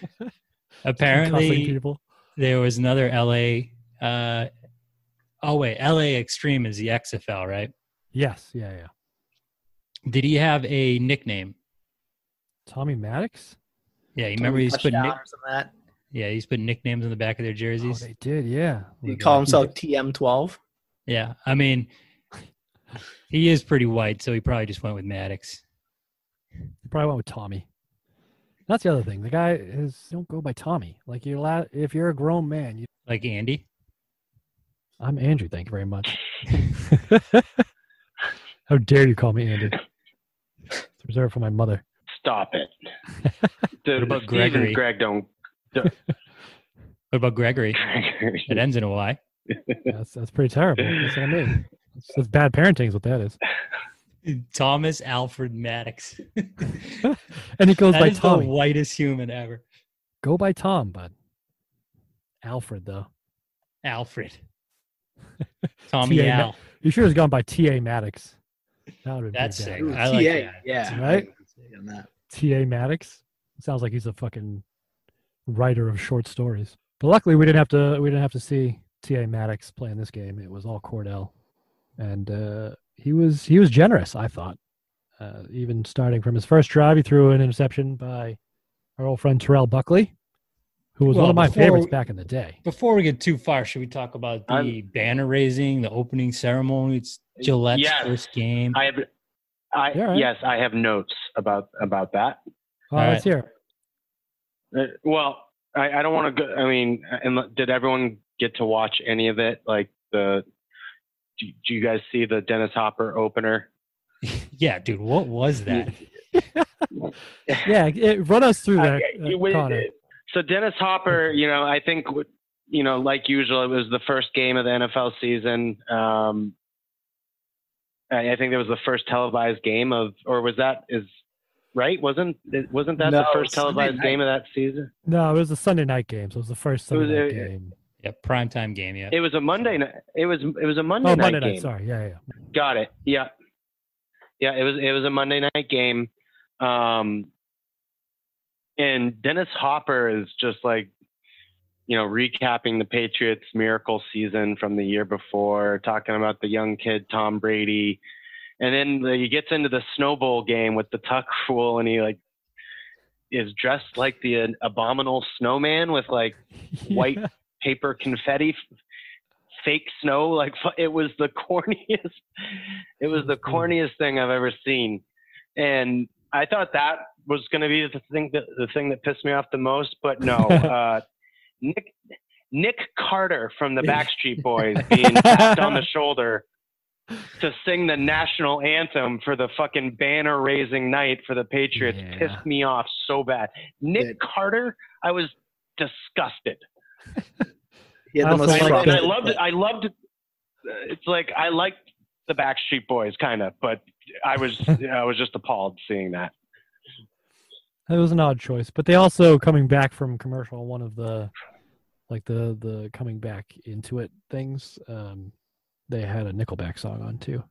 S2: and cussing
S3: Apparently,
S2: people.
S3: there was another LA. Uh, oh wait, LA Extreme is the XFL, right?
S2: Yes, yeah, yeah.
S3: Did he have a nickname?
S2: Tommy Maddox.
S3: Yeah, you remember he's put
S5: Touchdown
S3: nick-
S5: or something like that.
S3: yeah he's put nicknames on the back of their
S2: Oh,
S3: jerseys.
S2: they did, yeah.
S5: He
S2: Like,
S5: called
S2: uh,
S5: himself TM12.
S3: yeah, I mean, he is pretty white, so he probably just went with Maddox.
S2: He probably went with Tommy. That's the other thing. The guy is don't go by Tommy. Like you're la- if you're a grown man, you,
S3: Like Andy.
S2: I'm Andrew. Thank you very much. How dare you call me Andy? It's reserved for my mother.
S4: Stop it. The-
S3: What about
S4: Steve and
S3: Gregory?
S4: Greg don't.
S3: What about Gregory? It ends in a Y.
S2: That's that's pretty terrible. That's what I mean. That's, that's bad parenting is what that is.
S3: Thomas Alfred Maddox. that
S2: And he goes by
S3: is the
S2: Tommy.
S3: whitest human ever.
S2: Go by Tom, bud. Alfred though.
S3: Alfred. Tommy
S2: T.A.
S3: Al.
S2: You should have gone by T. A. Maddox. That would have been
S3: That's
S2: bad.
S3: sick.
S5: Ooh,
S3: I like
S5: TA,
S3: that.
S5: Yeah.
S2: Right?
S5: On that.
S2: T. A. Maddox. Sounds like he's a fucking writer of short stories. But luckily, we didn't have to. We didn't have to see T. A. Maddox playing this game. It was all Cordell, and uh, he was he was generous. I thought, uh, even starting from his first drive, he threw an interception by our old friend Terrell Buckley, who was one
S3: Well,
S2: of my
S3: before
S2: favorites
S3: we-
S2: back in the day.
S3: Before we get too far, should we talk about the
S4: I'm-
S3: banner raising, the opening ceremony? It's Gillette's
S4: Yes.
S3: first game.
S4: I have. I
S2: Yeah, right.
S4: yes, I have notes about about that.
S2: All right,
S3: All
S2: let's hear. it.
S4: Uh, well, I, I don't want to go. I mean, and did everyone get to watch any of it? Like the, do, do you guys see the Dennis Hopper opener?
S3: yeah, dude, what was that?
S2: Yeah, it, run us through
S4: Uh,
S2: that,
S4: yeah, you
S2: uh,
S4: win-
S2: Connor.
S4: So Dennis Hopper, you know, I think, w- you know, like usual, it was the first game of the NFL season. Um, I I think that was the first televised game of, or was that is right? Wasn't it- wasn't that the
S5: No,
S4: first
S5: Sunday
S4: televised
S5: night.
S4: game of that season?
S2: No, it was a Sunday night game, so it was the first
S4: It was
S2: Sunday night
S4: a-
S2: game.
S3: Yeah, primetime game. Yeah.
S4: It was a Monday night. It was it was a Monday,
S2: Oh,
S4: night,
S2: Monday night.
S4: game.
S2: Sorry, yeah, yeah.
S4: Got it. Yeah. Yeah, it was it was a Monday night game. Um and Dennis Hopper is just like you know, recapping the Patriots miracle season from the year before, talking about the young kid Tom Brady. And then the, he gets into the snowball game with the tuck rule and he like is dressed like the uh, abominable snowman with like White
S2: Yeah.
S4: paper confetti f- fake snow like fu- it was the corniest it was the corniest thing i've ever seen and i thought that was going to be the thing that the thing that pissed me off the most but no uh nick nick carter from the backstreet boys being tapped on the shoulder to sing the national anthem for the fucking banner raising night for the patriots
S2: Yeah.
S4: pissed me off so bad nick
S5: Good.
S4: carter i was disgusted
S5: He had
S2: I
S5: the
S2: also
S5: most
S2: like
S4: I, and I
S5: frosted-
S4: loved it. I loved. It's like I liked the Backstreet Boys, kind of, but I was I was just appalled seeing that.
S2: It was an odd choice, but they also coming back from commercial. One of the like the the coming back into it things. Um, they had a Nickelback song on too.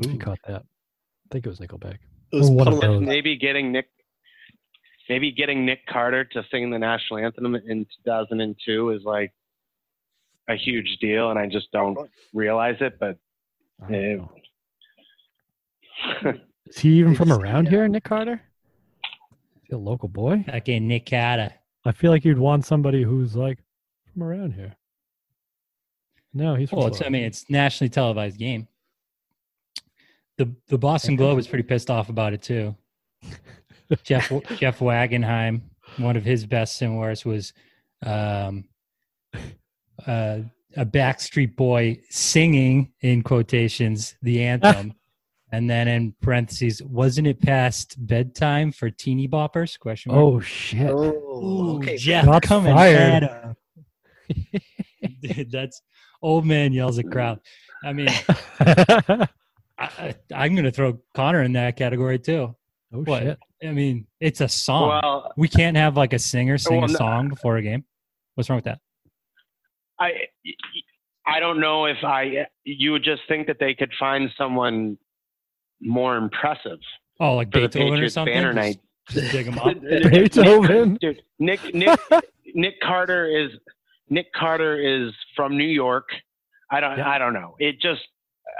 S2: If you caught that, I think it was Nickelback.
S5: It was
S2: Or one of
S5: puddle-
S2: those.
S4: Maybe getting Nick, maybe getting Nick Carter to sing the national anthem in 2002 is like a huge deal, and I just don't realize it. But
S2: I don't
S4: Yeah.
S2: know. Is he even from
S5: It's-
S2: around
S5: yeah.
S2: here, Nick Carter? Is he a local boy?
S3: Okay, Nick Cata.
S2: I feel like you'd want somebody who's like from around here. No, he's from.
S3: Well, it's, I
S2: Florida.
S3: mean, it's nationally televised game. The the Boston Globe was pretty pissed off about it too. Jeff Jeff Wagenheim, one of his best and worst was um, uh, a Backstreet Boy singing in quotations the anthem, and then in parentheses, wasn't it past bedtime for teeny boppers? Question mark.
S2: oh shit!
S5: Oh, okay.
S3: Jeff
S2: Shots
S3: coming
S2: fired.
S3: at him. dude, that's old man yells at crowd. I mean, I, I, am going to throw Connor in that category too.
S2: oh
S3: What?
S2: shit!
S3: I mean, it's a song.
S4: Well,
S3: we can't have like a singer sing
S4: Well,
S3: a
S4: no.
S3: song before a game. What's wrong with that?
S4: I I don't know if I you would just think that they could find someone more impressive
S3: Oh, like
S4: for the
S3: Beethoven or
S4: Patriots
S3: something.
S4: banner
S3: Just-
S4: night.
S3: just dig 'em up.
S2: Beethoven.
S4: Dude, Nick Nick Nick Carter is Nick Carter is from New York. I don't
S2: Yeah.
S4: I don't know. It just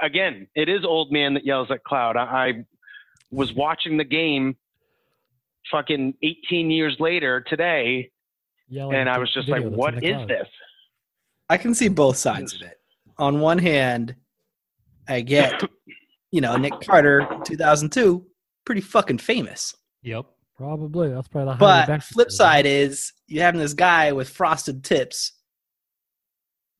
S4: again, it is old man that yells at cloud. I, I was watching the game fucking 18 years later today
S2: Yelling
S4: and
S2: at Oh,
S4: I
S2: the
S4: was just
S2: video that's
S4: like
S2: in
S4: what
S2: the
S4: is
S2: cloud.
S4: this?
S5: I can see both sides of it. On one hand, I get, you know, Nick Carter, 2002, pretty fucking famous.
S3: Yep.
S2: Probably that's probably the highway
S5: But
S2: back to
S5: flip
S2: Jersey.
S5: side is you having this guy with frosted tips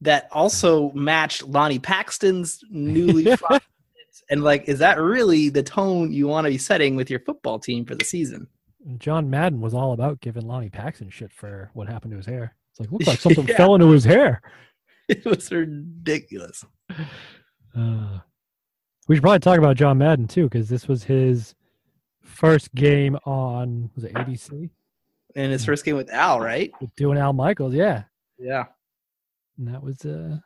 S5: that also matched Lonnie Paxton's newly frosted tips. And like, is that really the tone you want to be setting with your football team for the season?
S2: John Madden was all about giving Lonnie Paxton shit for what happened to his hair. It's like looks like something fell into his hair.
S5: It was ridiculous.
S2: Uh, we should probably talk about John Madden too, because this was his first game on was it ABC
S5: And his first game with Al, right?
S2: with doing Al Michaels. Yeah,
S5: Yeah.
S2: and that was uh,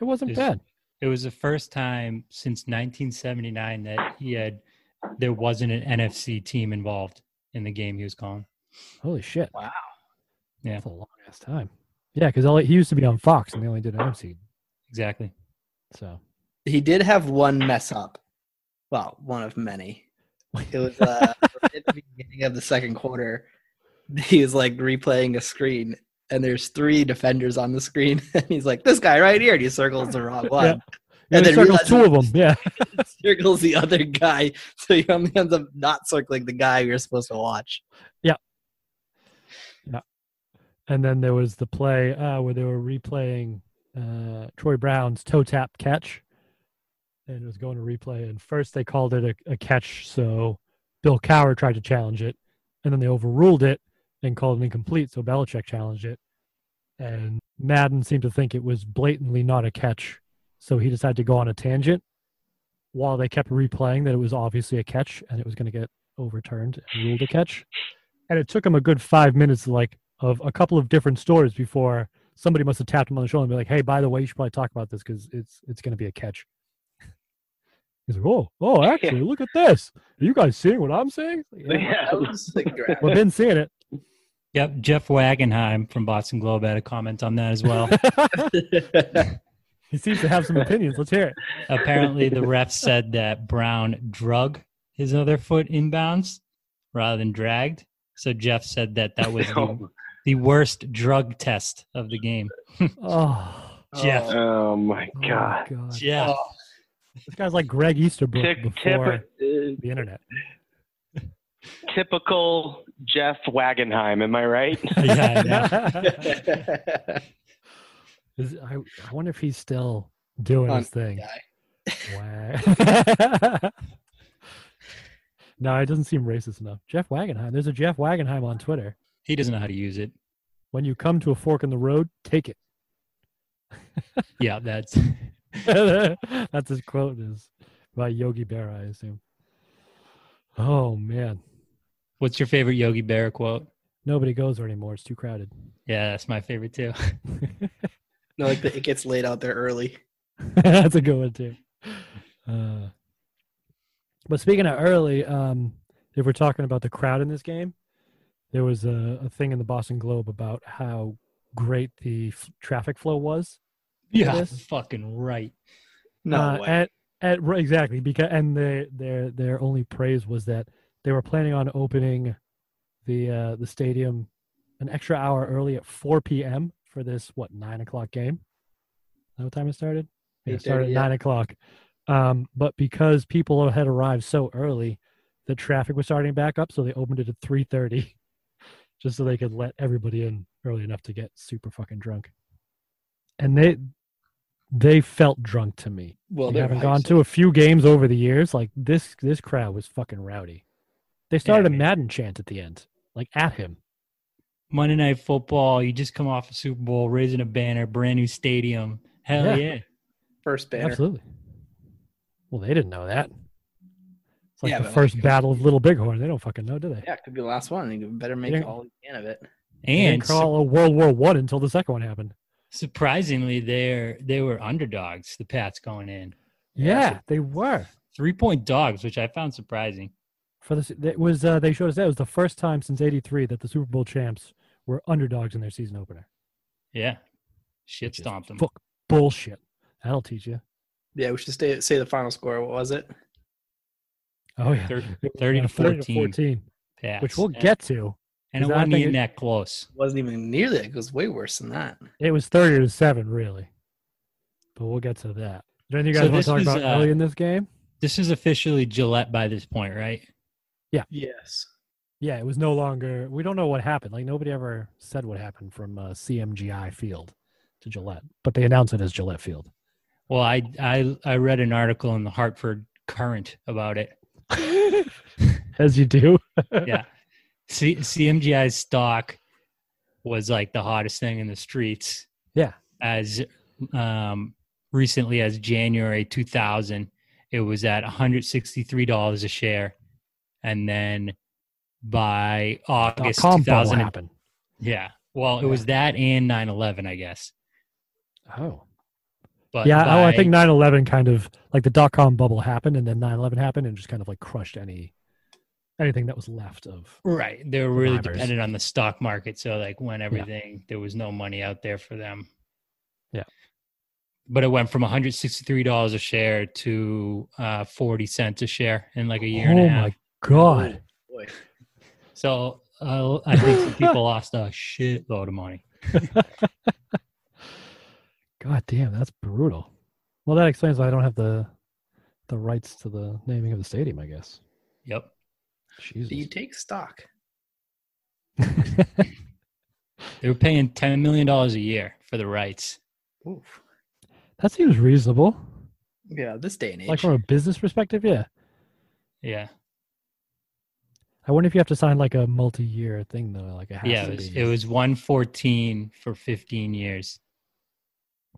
S2: it wasn't
S3: Is-
S2: bad.
S3: It was the first time since 1979 that he had there wasn't an NFC team involved in the game he was calling.
S2: Holy shit!
S5: Wow.
S3: Yeah.
S2: that's a long ass time. Yeah, because he used to be on Fox and they only did MC.
S3: Exactly.
S2: So
S5: He did have one mess up. Well, one of many. It was uh, right at the beginning of the second quarter. He was like replaying a screen, and there's three defenders on the screen. And he's like, "This guy right here," and he circles the wrong one,
S2: yeah,
S5: And
S2: they
S5: then
S2: circled
S5: realized-
S2: two of them. Yeah,
S5: circles the other guy, so he only ends up not circling the guy you're supposed to watch.
S2: and then there was the play uh, where they were replaying uh, Troy Brown's toe tap catch, and it was going to replay. And first they called it a, a catch, so Bill Cower tried to challenge it, and then they overruled it and called it incomplete. So Belichick challenged it, and Madden seemed to think it was blatantly not a catch, so he decided to go on a tangent. While they kept replaying that it was obviously a catch and it was going to get overturned and ruled a catch, and it took him a good five minutes to like of a couple of different stories before somebody must have tapped him on the shoulder and be like, "Hey, by the way, you should probably talk about this because it's it's going to be a catch." He's like, "Oh, oh, actually, look at this. Are you guys seeing what I'm seeing? Yeah.
S4: Yeah.
S5: That was a sick draft.
S2: Well, I've been seeing it.
S3: Yep. Jeff Wagenheim from Boston Globe had a comment on that as well.
S2: he seems to have some opinions. Let's hear it.
S3: Apparently, the ref said that Brown drug his other foot inbounds rather than dragged. So Jeff said that that was the,
S4: Oh,
S3: the worst drug test of the game.
S2: Oh,
S3: Jeff.
S5: Oh,
S4: oh my
S2: oh,
S4: god.
S3: Jeff.
S2: This guy's like Greg Easterbrook
S4: Tick, tip,
S2: before
S4: uh,
S2: the internet.
S4: typical Jeff Wagenheim, am I right?
S3: yeah, I know.
S2: Is- I, I wonder if he's still doing
S5: On-
S2: his thing.
S5: guy.
S2: Wow. no, it doesn't seem racist enough. Jeff Wagenheim. There's a Jeff Wagenheim on Twitter.
S3: He doesn't know how to use it.
S2: When you come to a fork in the road, take it.
S3: Yeah, that's
S2: That's his quote is by Yogi Berra, I assume. Oh man.
S3: what's your favorite Yogi Berra quote?
S2: Nobody goes there anymore. It's too crowded.
S3: Yeah, that's my favorite too.
S5: no, like the, it gets laid out there early.
S2: That's a good one too. Uh, but speaking of early, um, if we're talking about the crowd in this game, there was a, a thing in the Boston Globe about how great the f- traffic flow was.
S3: Yeah,
S2: Yes.
S3: fucking right.
S5: No
S2: Uh,
S5: way.
S2: At, at, right, exactly because and their their their only praise was that they were planning on opening the uh, the stadium an extra hour early at 4 p.m. for this what nine o'clock game. Is that what time it started? Yeah, it
S5: 8:30,
S2: started at
S5: yeah.
S2: nine o'clock. Um, but because people had arrived so early, the traffic was starting back up, so they opened it at 3:30, just so they could let everybody in early enough to get super fucking drunk. And they they felt drunk to me.
S5: well,
S2: Like,
S5: they're
S2: having
S5: hyped,
S2: gone
S5: so-
S2: to a few games over the years, like this this crowd was fucking rowdy. They started
S3: I
S2: a
S3: mean-
S2: Madden chant at the end, like at him.
S3: Monday Night Football. You just come off a Super Bowl, raising a banner, brand new stadium. Hell
S2: Yeah.
S3: yeah.
S5: First banner.
S2: Absolutely. Well, they didn't know that. It's like
S5: Yeah,
S2: the
S5: but, like,
S2: first
S5: it was-
S2: battle of Little Bighorn. They don't fucking know, do they?
S5: Yeah, it could be the last one. You better make
S2: Yeah.
S5: all you can of it.
S2: They
S3: And
S2: didn't call a World War One until the second one happened.
S3: su- surprisingly, they're they were underdogs. The Pats going in
S2: Yeah,
S5: Yeah.
S2: they were.
S3: three point dogs, which I found surprising.
S2: For this, it was uh, they showed us that it was the first time since '83 that the Super Bowl champs were underdogs in their season opener.
S3: Yeah, shit
S2: which is
S3: stomped them.
S2: Fuck bullshit. That'll teach you.
S5: Yeah, we should stay, say the final score. What was it?
S2: Oh yeah,
S3: Thir-
S2: It was,
S3: 30 to
S2: uh,
S3: 14, Pats.
S2: which we'll
S3: And-
S2: get to.
S3: And it
S2: 'cause I
S3: wasn't
S2: think
S3: even
S2: it-
S3: that close.
S5: Wasn't even near that. It was way worse than that.
S2: It was thirty to seven, really, but we'll get to that. Is there anything you
S3: So
S2: guys want
S3: this
S2: to talk
S3: was,
S2: about
S3: uh,
S2: early in this game?
S3: This is officially Gillette by this point, right?
S5: Yes.
S2: Yeah, it was no longer. We don't know what happened. Like nobody ever said what happened from uh, CMGI Field to Gillette, but they announced it as Gillette Field.
S3: Well, I I I read an article in the Hartford Current about it.
S2: As you do.
S3: yeah. C- CMGI's stock was like the hottest thing in the streets.
S2: Yeah.
S3: As um, recently as January 2000, it was at $163 a share. And then by August
S2: Dot-com bubble
S3: 2000.
S2: happened.
S3: Yeah. Well, it was that and 9 11, I guess.
S2: Oh.
S3: But
S2: Yeah, oh, I
S3: by-
S2: think 9/11 kind of like the dot com bubble happened, and then 9/11 happened, and just kind of like crushed any anything that was left of.
S3: Right. They were really
S2: survivors.
S3: dependent on the stock market. So like when everything there was no money out there for them.
S2: Yeah.
S3: But it went from $163 a share to uh, 40 cents a share in like a year and
S2: oh
S3: a
S2: my
S3: half.
S2: god!
S5: Oh, Boy.
S3: So uh, I think some people lost a shitload of money.
S2: God damn, that's brutal. Well, that explains why I don't have the the rights to the naming of the stadium. I guess.
S3: Yep.
S2: Jesus.
S5: Do you take stock?
S3: They were paying $10 million a year for the rights.
S5: Oof.
S2: that seems reasonable.
S5: Yeah, this day and age.
S2: Like from a business perspective, yeah.
S3: Yeah.
S2: I wonder if you have to sign like a multi-year thing though. Like it has
S3: yeah.
S2: to
S3: It was,
S2: be.
S3: it was 114 for 15 years.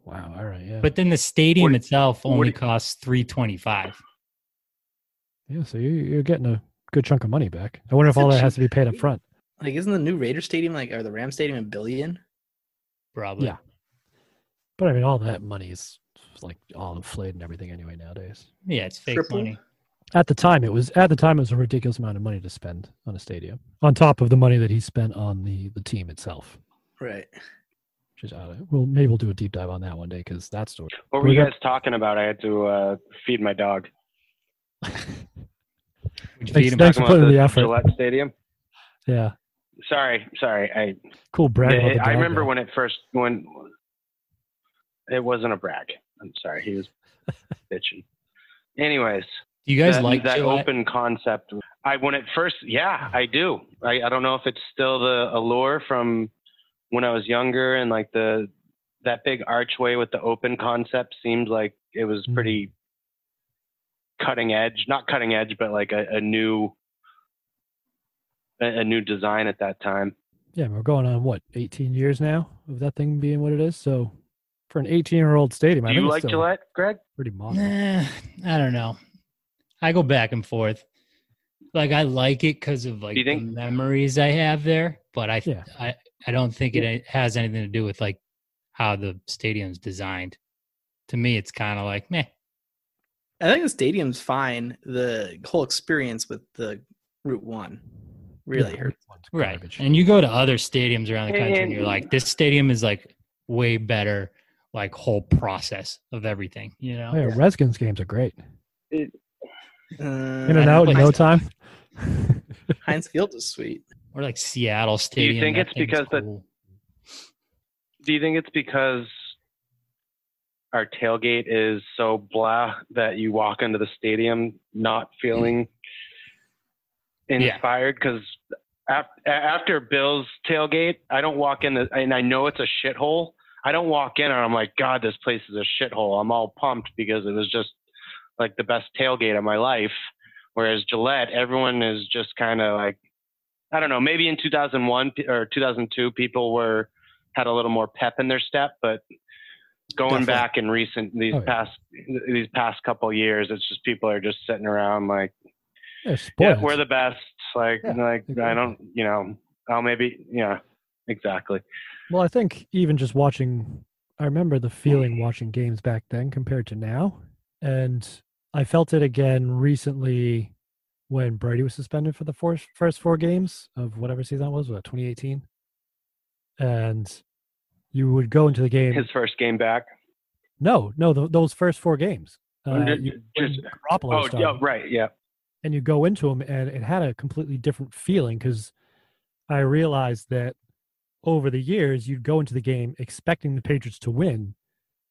S2: Wow. All right. Yeah.
S3: But then the stadium
S4: Forty-
S3: itself only
S4: forty-
S3: costs 325.
S2: yeah, so you, you're getting a good chunk of money back. I wonder if
S5: That's
S2: all
S5: a
S2: that has to be paid up front.
S5: Like, isn't the new Raider Stadium like or the Ram Stadium a billion?
S3: Probably.
S2: Yeah. But I mean, all that money is like all inflated and everything anyway nowadays.
S3: Yeah, it's fake
S5: Triple?
S3: money.
S2: At the time, it was at the time it was a ridiculous amount of money to spend on a stadium, on top of the money that he spent on the the team itself.
S5: Right.
S2: Which is out of, well, maybe we'll do a deep dive on that one day because that story.
S4: What were you
S2: We got-
S4: guys talking about? I had to uh, feed my dog.
S3: Would you
S2: Thanks-
S3: feed 'em?
S2: thanks for
S4: Talking about
S2: putting the effort.
S4: Gillette Stadium.
S2: Yeah,
S4: Sorry, sorry. I
S2: cool brag.
S4: Yeah,
S2: about the
S4: I
S2: dog,
S4: remember
S2: though.
S4: when it first when it wasn't a brag. I'm sorry, he was bitching. Anyways,
S3: Do you guys
S4: that,
S3: like
S4: that
S3: Gillette?
S4: open concept. I when it first, yeah, I do. I, I don't know if it's still the allure from when I was younger and like the that big archway with the open concept seemed like it was
S2: Mm.
S4: pretty cutting edge, not cutting edge, but like a, a new a, a new design at that time.
S2: Yeah, we're going on what 18 years now of that thing being what it is. So for an 18 year old stadium, I
S4: Do
S2: think
S4: you
S2: it's
S4: like
S2: still
S4: Gillette, Greg?
S2: Pretty modern.
S3: Nah, I don't know. I go back and forth. Like I like it because of like
S4: Do you
S3: the
S4: think-
S3: memories I have there, but I
S2: Yeah.
S3: I I don't think it has anything to do with like how the stadium's designed. To me, it's kind of like meh.
S5: I think the stadium's fine. The whole experience with the Route One really
S2: Yeah,
S5: hurts.
S2: one's
S3: Right.
S2: garbage.
S3: And you go to other stadiums around the country and
S4: And-
S3: you're like, this stadium is like way better, like whole process of everything, you know?
S2: Oh, yeah, Redskins games are great.
S5: Uh,
S2: In and out in no time.
S5: Heinz Field is sweet.
S3: Or like Seattle Stadium.
S4: think
S3: that
S4: it's
S3: thing's
S4: because the-
S3: cool.
S4: do you think it's because our tailgate is so blah that you walk into the stadium not feeling
S3: Yeah.
S4: inspired? Because after Bill's tailgate, I don't walk in, the, and I know it's a shithole. I don't walk in and I'm like, God, this place is a shithole. I'm all pumped because it was just like the best tailgate of my life. Whereas Gillette, everyone is just kind of like I don't know, maybe in 2001 p- or 2002, people were had a little more pep in their step, but going
S5: Definitely.
S4: back in recent these
S2: Oh, yeah.
S4: past these past couple years, it's just people are just sitting around like,
S2: They're
S4: yeah,
S2: spoiled.
S4: we're the best. Like,
S2: Yeah,
S4: like I
S2: exactly.
S4: don't, you know, I'll maybe, yeah, exactly.
S2: Well, I think even just watching, I remember the
S4: Mm.
S2: feeling watching games back then compared to now. And I felt it again recently when Brady was suspended for the four, first four games of whatever season that was, what, 2018? And you would go into the game.
S4: His first game back.
S2: no, no, th- those first four games. Uh,
S4: Just-
S2: you,
S4: just-
S2: when Garoppolo
S4: Oh,
S2: started
S4: yeah, right, yeah.
S2: and you go into them and it had a completely different feeling because i realized that over the years you'd go into the game expecting the patriots to win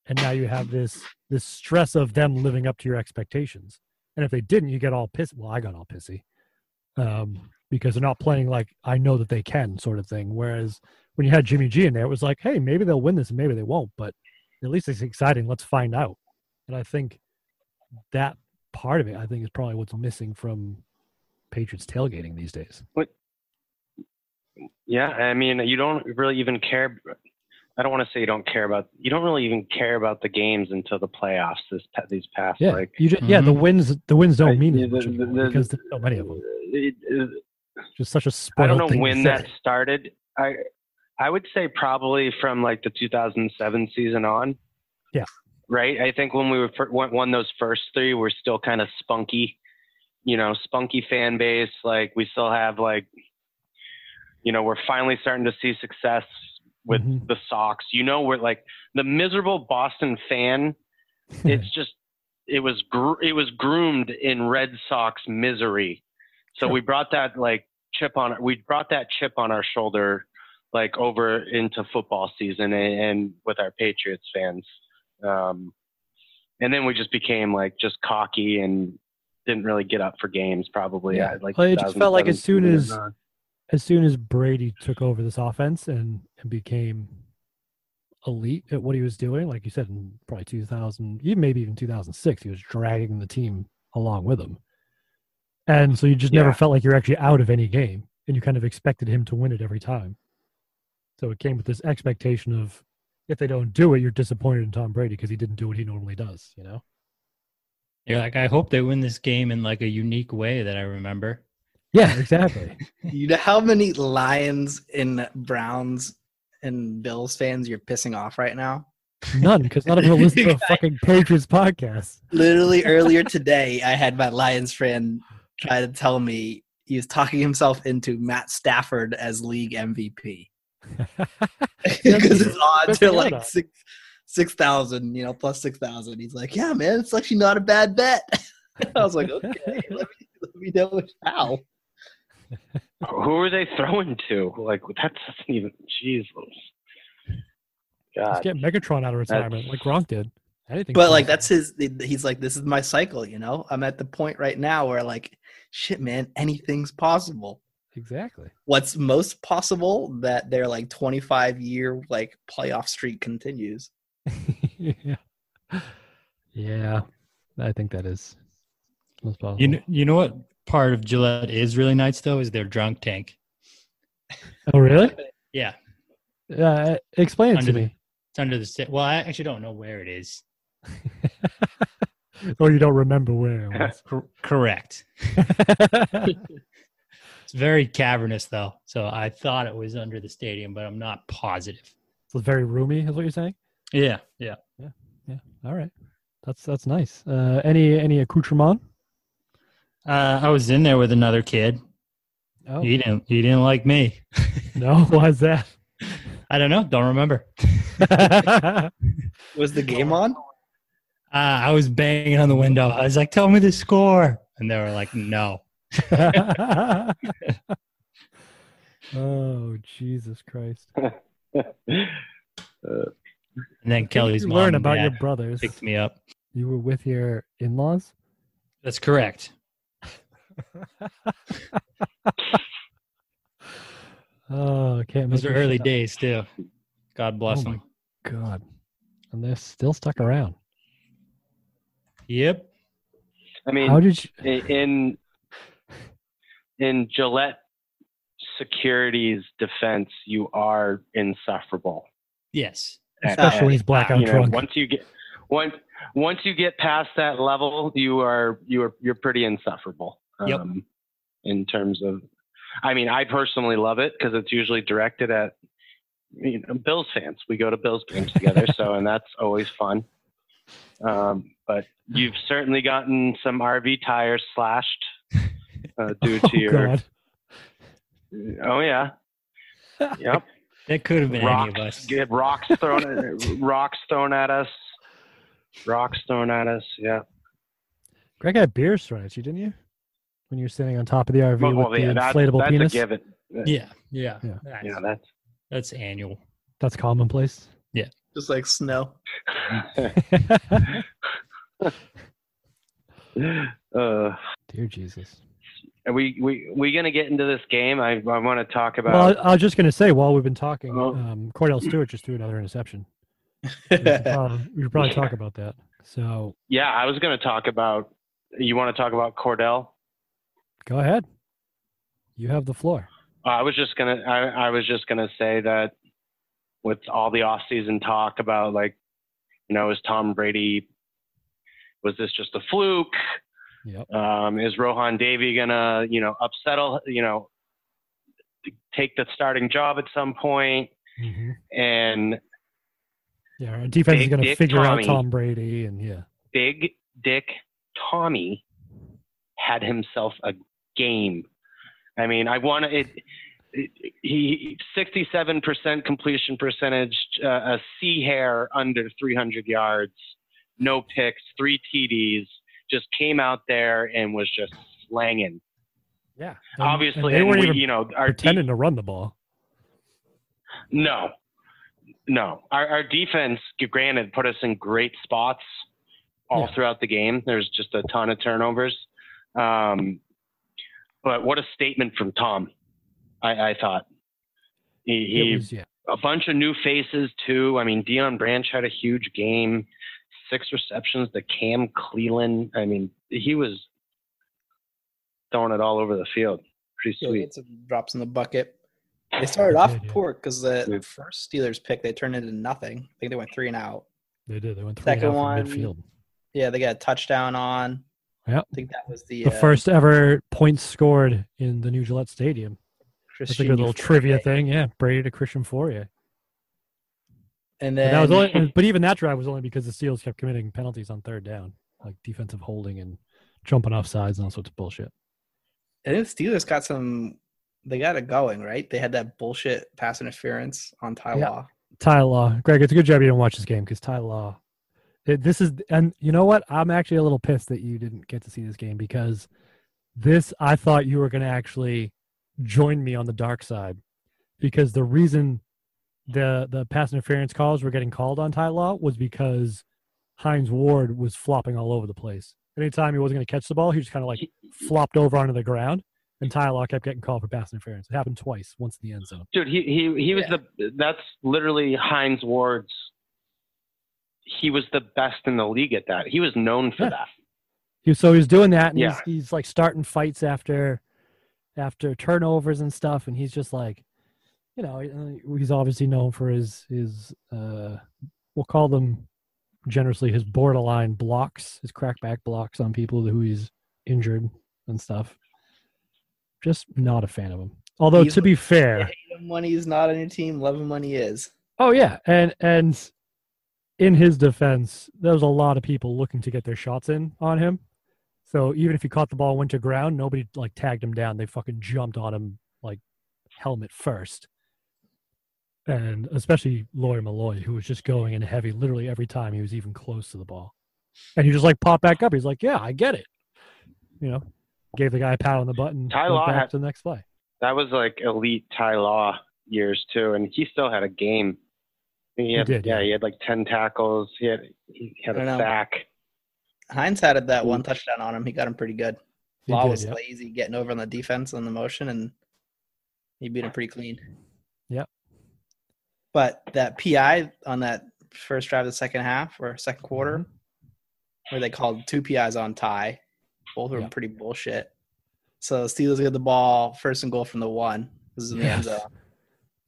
S2: and now you have this this stress of them living up to your expectations and if they didn't you get all pissed well i got all pissy um, because they're not playing like i know that they can sort of thing whereas when you had jimmy g in there it was like hey maybe they'll win this and maybe they won't but at least it's exciting let's find out and i think that part of it, I think, is probably what's missing from Patriots tailgating these days.
S4: Yeah, I mean, you don't really even care. I don't want to say you don't care about. You don't really even care about the games until the playoffs. This pa- these past
S2: Yeah,
S4: like
S2: you just, yeah, the
S3: Mhm.
S2: wins, the wins don't
S4: I-
S2: mean
S4: mm-hmm. yeah,
S2: as much
S4: the-
S2: anymore
S4: the- the-
S2: because there's so many of them.
S4: uh, It- it-
S2: Just such a
S4: I
S2: spoiled
S4: don't know
S2: thing to
S4: when
S2: say.
S4: that started. I I would say probably from like the 2007 season on.
S2: Yeah.
S4: Right. I think when we were fir- won, won those first three, we're still kind of spunky. You know, spunky fan base. Like we still have like. You know, we're finally starting to see success with
S2: Mhm.
S4: the Sox. You know, we're like the miserable Boston fan. It's just it was gr- it was groomed in Red Sox misery. So
S2: Sure.
S4: we brought that like chip on we brought that chip on our shoulder like over into football season and, and with our Patriots fans. Um, and then we just became like just cocky and didn't really get up for games probably.
S2: Yeah.
S4: uh, Like
S2: Well, it just felt like as
S4: 2007
S2: soon as-
S4: season on.
S2: as soon as Brady took over this offense and, and became elite at what he was doing, like you said, in probably 2000, even maybe even 2006, he was dragging the team along with him. And so you just never
S4: Yeah.
S2: felt like you're actually out of any game and you kind of expected him to win it every time. So it came with this expectation of if they don't do it, you're disappointed in Tom Brady because he didn't do what he normally does, you know?
S3: You're like, I hope they win this game in like a unique way that I remember.
S2: Yeah, exactly.
S5: You know how many Lions and Browns and Bills fans you're pissing off right now?
S2: None, because none of them listen to a fucking Patriots podcast.
S5: Literally earlier today, I had my Lions friend try to tell me he was talking himself into Matt Stafford as league MVP because his odds are like six six thousand, you know, plus six thousand. He's like, yeah, man, it's actually not a bad bet. I was like, okay, let me, let me know how.
S4: Who were they throwing to? Like that doesn't even. Jesus.
S2: Let's
S4: God.
S2: get Megatron out of retirement like Gronk did. Anything.
S5: But like
S2: possible.
S5: that's his. He's like, this is my cycle. You know, I'm at the point right now where like, shit, man, anything's possible.
S2: exactly.
S5: What's most possible that their like 25 year like playoff streak continues.
S2: yeah. Yeah. I think that is most possible.
S3: You know, you know what part of Gillette is really nice though is their drunk tank.
S2: oh, really?
S3: Yeah,
S2: Uh, explain it
S3: Under
S2: to
S3: the-
S2: me.
S3: it's under the sta- well, I actually don't know where it is.
S2: or you don't remember where it was.
S3: Cor- correct. It's very cavernous though, so I thought it was under the stadium, but I'm not positive.
S2: it's very roomy, is what you're saying?
S3: Yeah, yeah.
S2: Yeah. All right. That's that's nice. Uh, any any accoutrement?
S3: Uh, I was in there with another kid.
S2: Oh
S3: He didn't. He didn't like me.
S2: no, why is that?
S3: I don't know. Don't remember.
S5: Was the game on?
S3: Uh, I was banging on the window. I was like, "Tell me the score," and they were like, "No."
S2: oh Jesus Christ!
S4: Uh,
S3: And then Kelly's
S2: you
S3: mom
S2: learn
S3: and
S2: about
S3: dad
S2: your brothers.
S3: picked me up.
S2: You were with your in-laws.
S3: That's correct.
S2: Oh, I can't.
S3: Those
S2: make
S3: are
S2: this
S3: early
S2: shit up.
S3: days too. God bless
S2: Oh my
S3: them.
S2: God, and they're still stuck around.
S3: Yep.
S4: I mean,
S2: How did you?
S4: in in Gillette security's defense, you are insufferable.
S3: Yes.
S2: Especially when he's blackout
S4: you know,
S2: drunk.
S4: once you get once once you get past that level, you are you are you're pretty insufferable. um,
S3: Yep.
S4: In terms of, I mean, I personally love it because it's usually directed at you know, Bills fans. We go to Bills games together, so and that's always fun. Um, but you've certainly gotten some RV tires slashed uh, due to
S2: Oh,
S4: your.
S2: God.
S4: Oh yeah. Yep.
S3: That could have been
S4: rocks,
S3: any of us.
S4: Get rocks thrown. rocks thrown at us. Rocks thrown at us. Yeah.
S2: Greg had beers thrown at you, didn't you? When you were standing on top of the RV
S4: Well,
S2: with
S4: yeah,
S2: the
S4: that's-
S2: inflatable
S4: that's
S2: penis.
S4: a given.
S3: Yeah. Yeah.
S2: Yeah.
S3: That's,
S4: Yeah, that's.
S3: that's annual.
S2: That's commonplace.
S5: Just like snow.
S4: uh,
S2: Dear Jesus.
S4: are we we we gonna get into this game? I I want to talk
S2: Well,
S4: about.
S2: I, I was just going to say while we've been talking,
S4: Well-
S2: um, Cordell Stewart just threw another interception. We should probably, we should probably talk about that. So
S4: yeah, I was gonna talk about. You want to talk about Cordell?
S2: go ahead. You have the floor.
S4: Uh, I was just gonna I, I was just gonna say that with all the off season talk about like you know is Tom Brady was this just a fluke?
S2: Yep.
S4: Um, is Rohan Davey gonna you know upsettle you know take the starting job at some point?
S2: Mm-hmm.
S4: And
S2: Yeah, our defense is
S4: Big
S2: going to
S4: Dick
S2: figure
S4: Tommy.
S2: out Tom Brady, and yeah,
S4: Big Dick Tommy had himself a game. I mean, I want to. It, it- he 67% completion percentage, uh, a sea hair under 300 yards, no picks, three TDs. Just came out there and was just slanging.
S2: yeah.
S4: Obviously,
S2: they
S4: and
S2: weren't
S4: we,
S2: even
S4: you know, our de-
S2: pretending to run the ball.
S4: No, no. Our, our defense, granted, put us in great spots all
S2: Yeah.
S4: throughout the game. There's just a ton of turnovers. Um, but what a statement from Tom, I, I thought. He,
S2: It
S4: he
S2: was- yeah,
S4: a bunch of new faces too. I mean, Dion Branch had a huge game, six receptions to Cam Cleland. I mean, he was throwing it all over the field. Pretty
S5: Yeah,
S4: sweet.
S5: it's some drops in the bucket. They started off
S2: did, yeah.
S5: poor because
S4: Yeah.
S5: the first Steelers pick they turned into nothing. I think they went three and out.
S2: they did. They went three and
S5: Second
S2: out from
S5: one,
S2: midfield.
S5: Yeah, they got a touchdown on.
S2: Yeah,
S5: I think that was the,
S2: the
S5: uh,
S2: first ever points scored in the new Gillette Stadium. That's a
S5: Christian
S2: good little
S5: Fourier.
S2: trivia thing. Yeah, Brady to Christian Fourier.
S5: And
S2: But
S5: then
S2: that was only, but even that drive was only because the Steelers kept committing penalties on third down, like defensive holding and jumping off sides and all sorts of bullshit.
S5: I think the Steelers got some. They got it going, right? They had that bullshit pass interference on Ty
S2: Yeah.
S5: Law.
S2: Ty Law, Greg, it's a good job you didn't watch this game because Ty Law, it- this is, and you know what? I'm actually a little pissed that you didn't get to see this game because this, I thought you were going to actually join me on the dark side because the reason the the pass interference calls were getting called on Ty Law was because Heinz Ward was flopping all over the place. Anytime he wasn't going to catch the ball, he just kind of like flopped over onto the ground, and Ty Law kept getting called for pass interference. It happened twice, once in the end zone.
S4: Dude, he he he was
S5: Yeah.
S4: the that's literally Heinz Ward's. He was the best in the league at that. He was known for
S2: Yeah.
S4: that.
S2: He, so he's doing that, and
S4: Yeah.
S2: he's, he's like starting fights after after turnovers and stuff, and he's just like, you know, he- uh, he's obviously known for his his uh, we'll call them generously his borderline blocks, his crackback blocks on people who he's injured and stuff. Just not a fan of him. Although
S5: He's-
S2: to be fair,
S5: Hate him when he's not on your team. Love him when he is.
S2: Oh yeah, and and in his defense, there was a lot of people looking to get their shots in on him. So even if he caught the ball and went to ground, nobody like tagged him down. They fucking jumped on him like helmet first. And especially Laurie Malloy, who was just going in heavy literally every time he was even close to the ball. And he just like popped back up. He's like, Yeah, I get it. You know, gave the guy a pat on the button.
S4: Ty
S2: went
S4: Law
S2: back
S4: had-
S2: to the next play.
S4: That was like elite Ty Law years too, and he still had a game. He, had,
S2: did,
S4: yeah,
S2: yeah.
S4: he had like ten tackles. He had he had
S5: I
S4: a
S5: know.
S4: sack.
S5: Hines had that one touchdown on him. He got him pretty good.
S2: He
S5: Law
S2: did,
S5: was
S2: yeah.
S5: lazy getting over on the defense on the motion, and he beat him pretty clean.
S2: Yep.
S5: But that PI on that first drive of the second half or second quarter, where they called two PIs on tie, both were
S2: Mm-hmm. Yep.
S5: pretty bullshit. So Steelers get the ball first and goal from the one. This is in the end zone.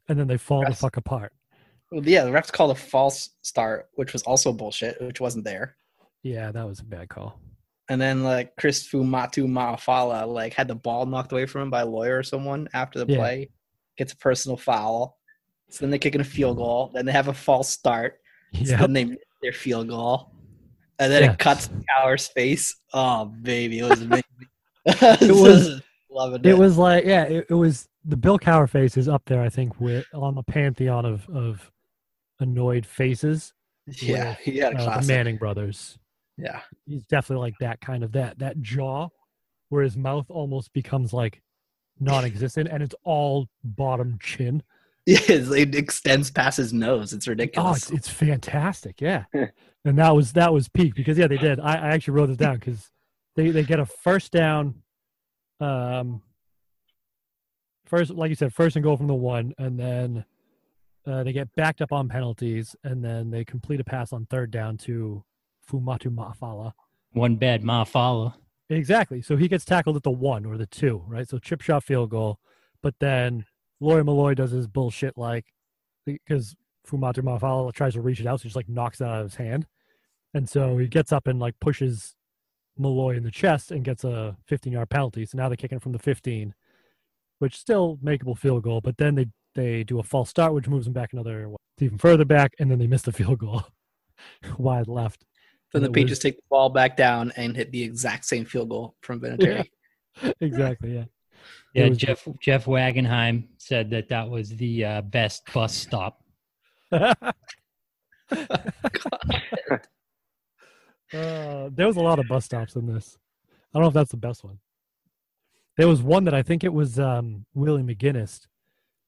S2: and then they fall the
S5: Yes.
S2: fuck apart.
S5: Well, yeah, the refs called a false start, which was also bullshit, which wasn't there.
S2: Yeah, that was a bad call.
S5: And then like Chris Fumatu Maafala like had the ball knocked away from him by a lawyer or someone after the
S2: Yeah.
S5: play, gets a personal foul. So then they kick in a field goal. Then they have a false start. So
S2: Yeah,
S5: then they miss their field goal. And then
S2: Yeah.
S5: it cuts Cowher's face. Oh baby, it was amazing.
S2: It was-
S5: loving it.
S2: it was like yeah, it, it was the Bill Cower face is up there. I think with on the pantheon of of annoyed faces.
S5: yeah, he had a
S2: Uh, the
S5: classic.
S2: Manning brothers.
S5: Yeah,
S2: He's definitely like that kind of that that jaw, where his mouth almost becomes like non-existent, and it's all bottom chin.
S5: Yes, it extends past his nose. It's
S2: Oh,
S5: ridiculous.
S2: it's, it's fantastic, yeah. and that was that was peak because yeah, they did. I, I actually wrote it down because they they get a first down, um, first like you said, first and goal from the one, and then uh, they get backed up on penalties, and then they complete a pass on third down to Fumatu Mafala.
S3: One bad ma follow.
S2: Exactly. So he gets tackled at the one or the two, right? So chip shot field goal. But then Laurie Malloy does his bullshit like because Fumatu Mafala tries to reach it out, so he just like knocks it out of his hand. And so he gets up and like pushes Malloy in the chest and gets a 15 yard penalty. So now they're kicking it from the 15, which still makeable field goal. But then they they do a false start, which moves them back another even further back, and then they miss the field goal wide left.
S5: then the
S2: it was-
S5: Patriots take the ball back down and hit the exact same field goal from Vinatieri.
S2: Exactly. Yeah. It
S3: Yeah,
S2: was-
S3: Jeff Jeff Wagenheim said that that was the uh, best bus stop.
S2: Uh, there was a lot of bus stops in this. I don't know if that's the best one. There was one that I think it was um, Willie McGinnis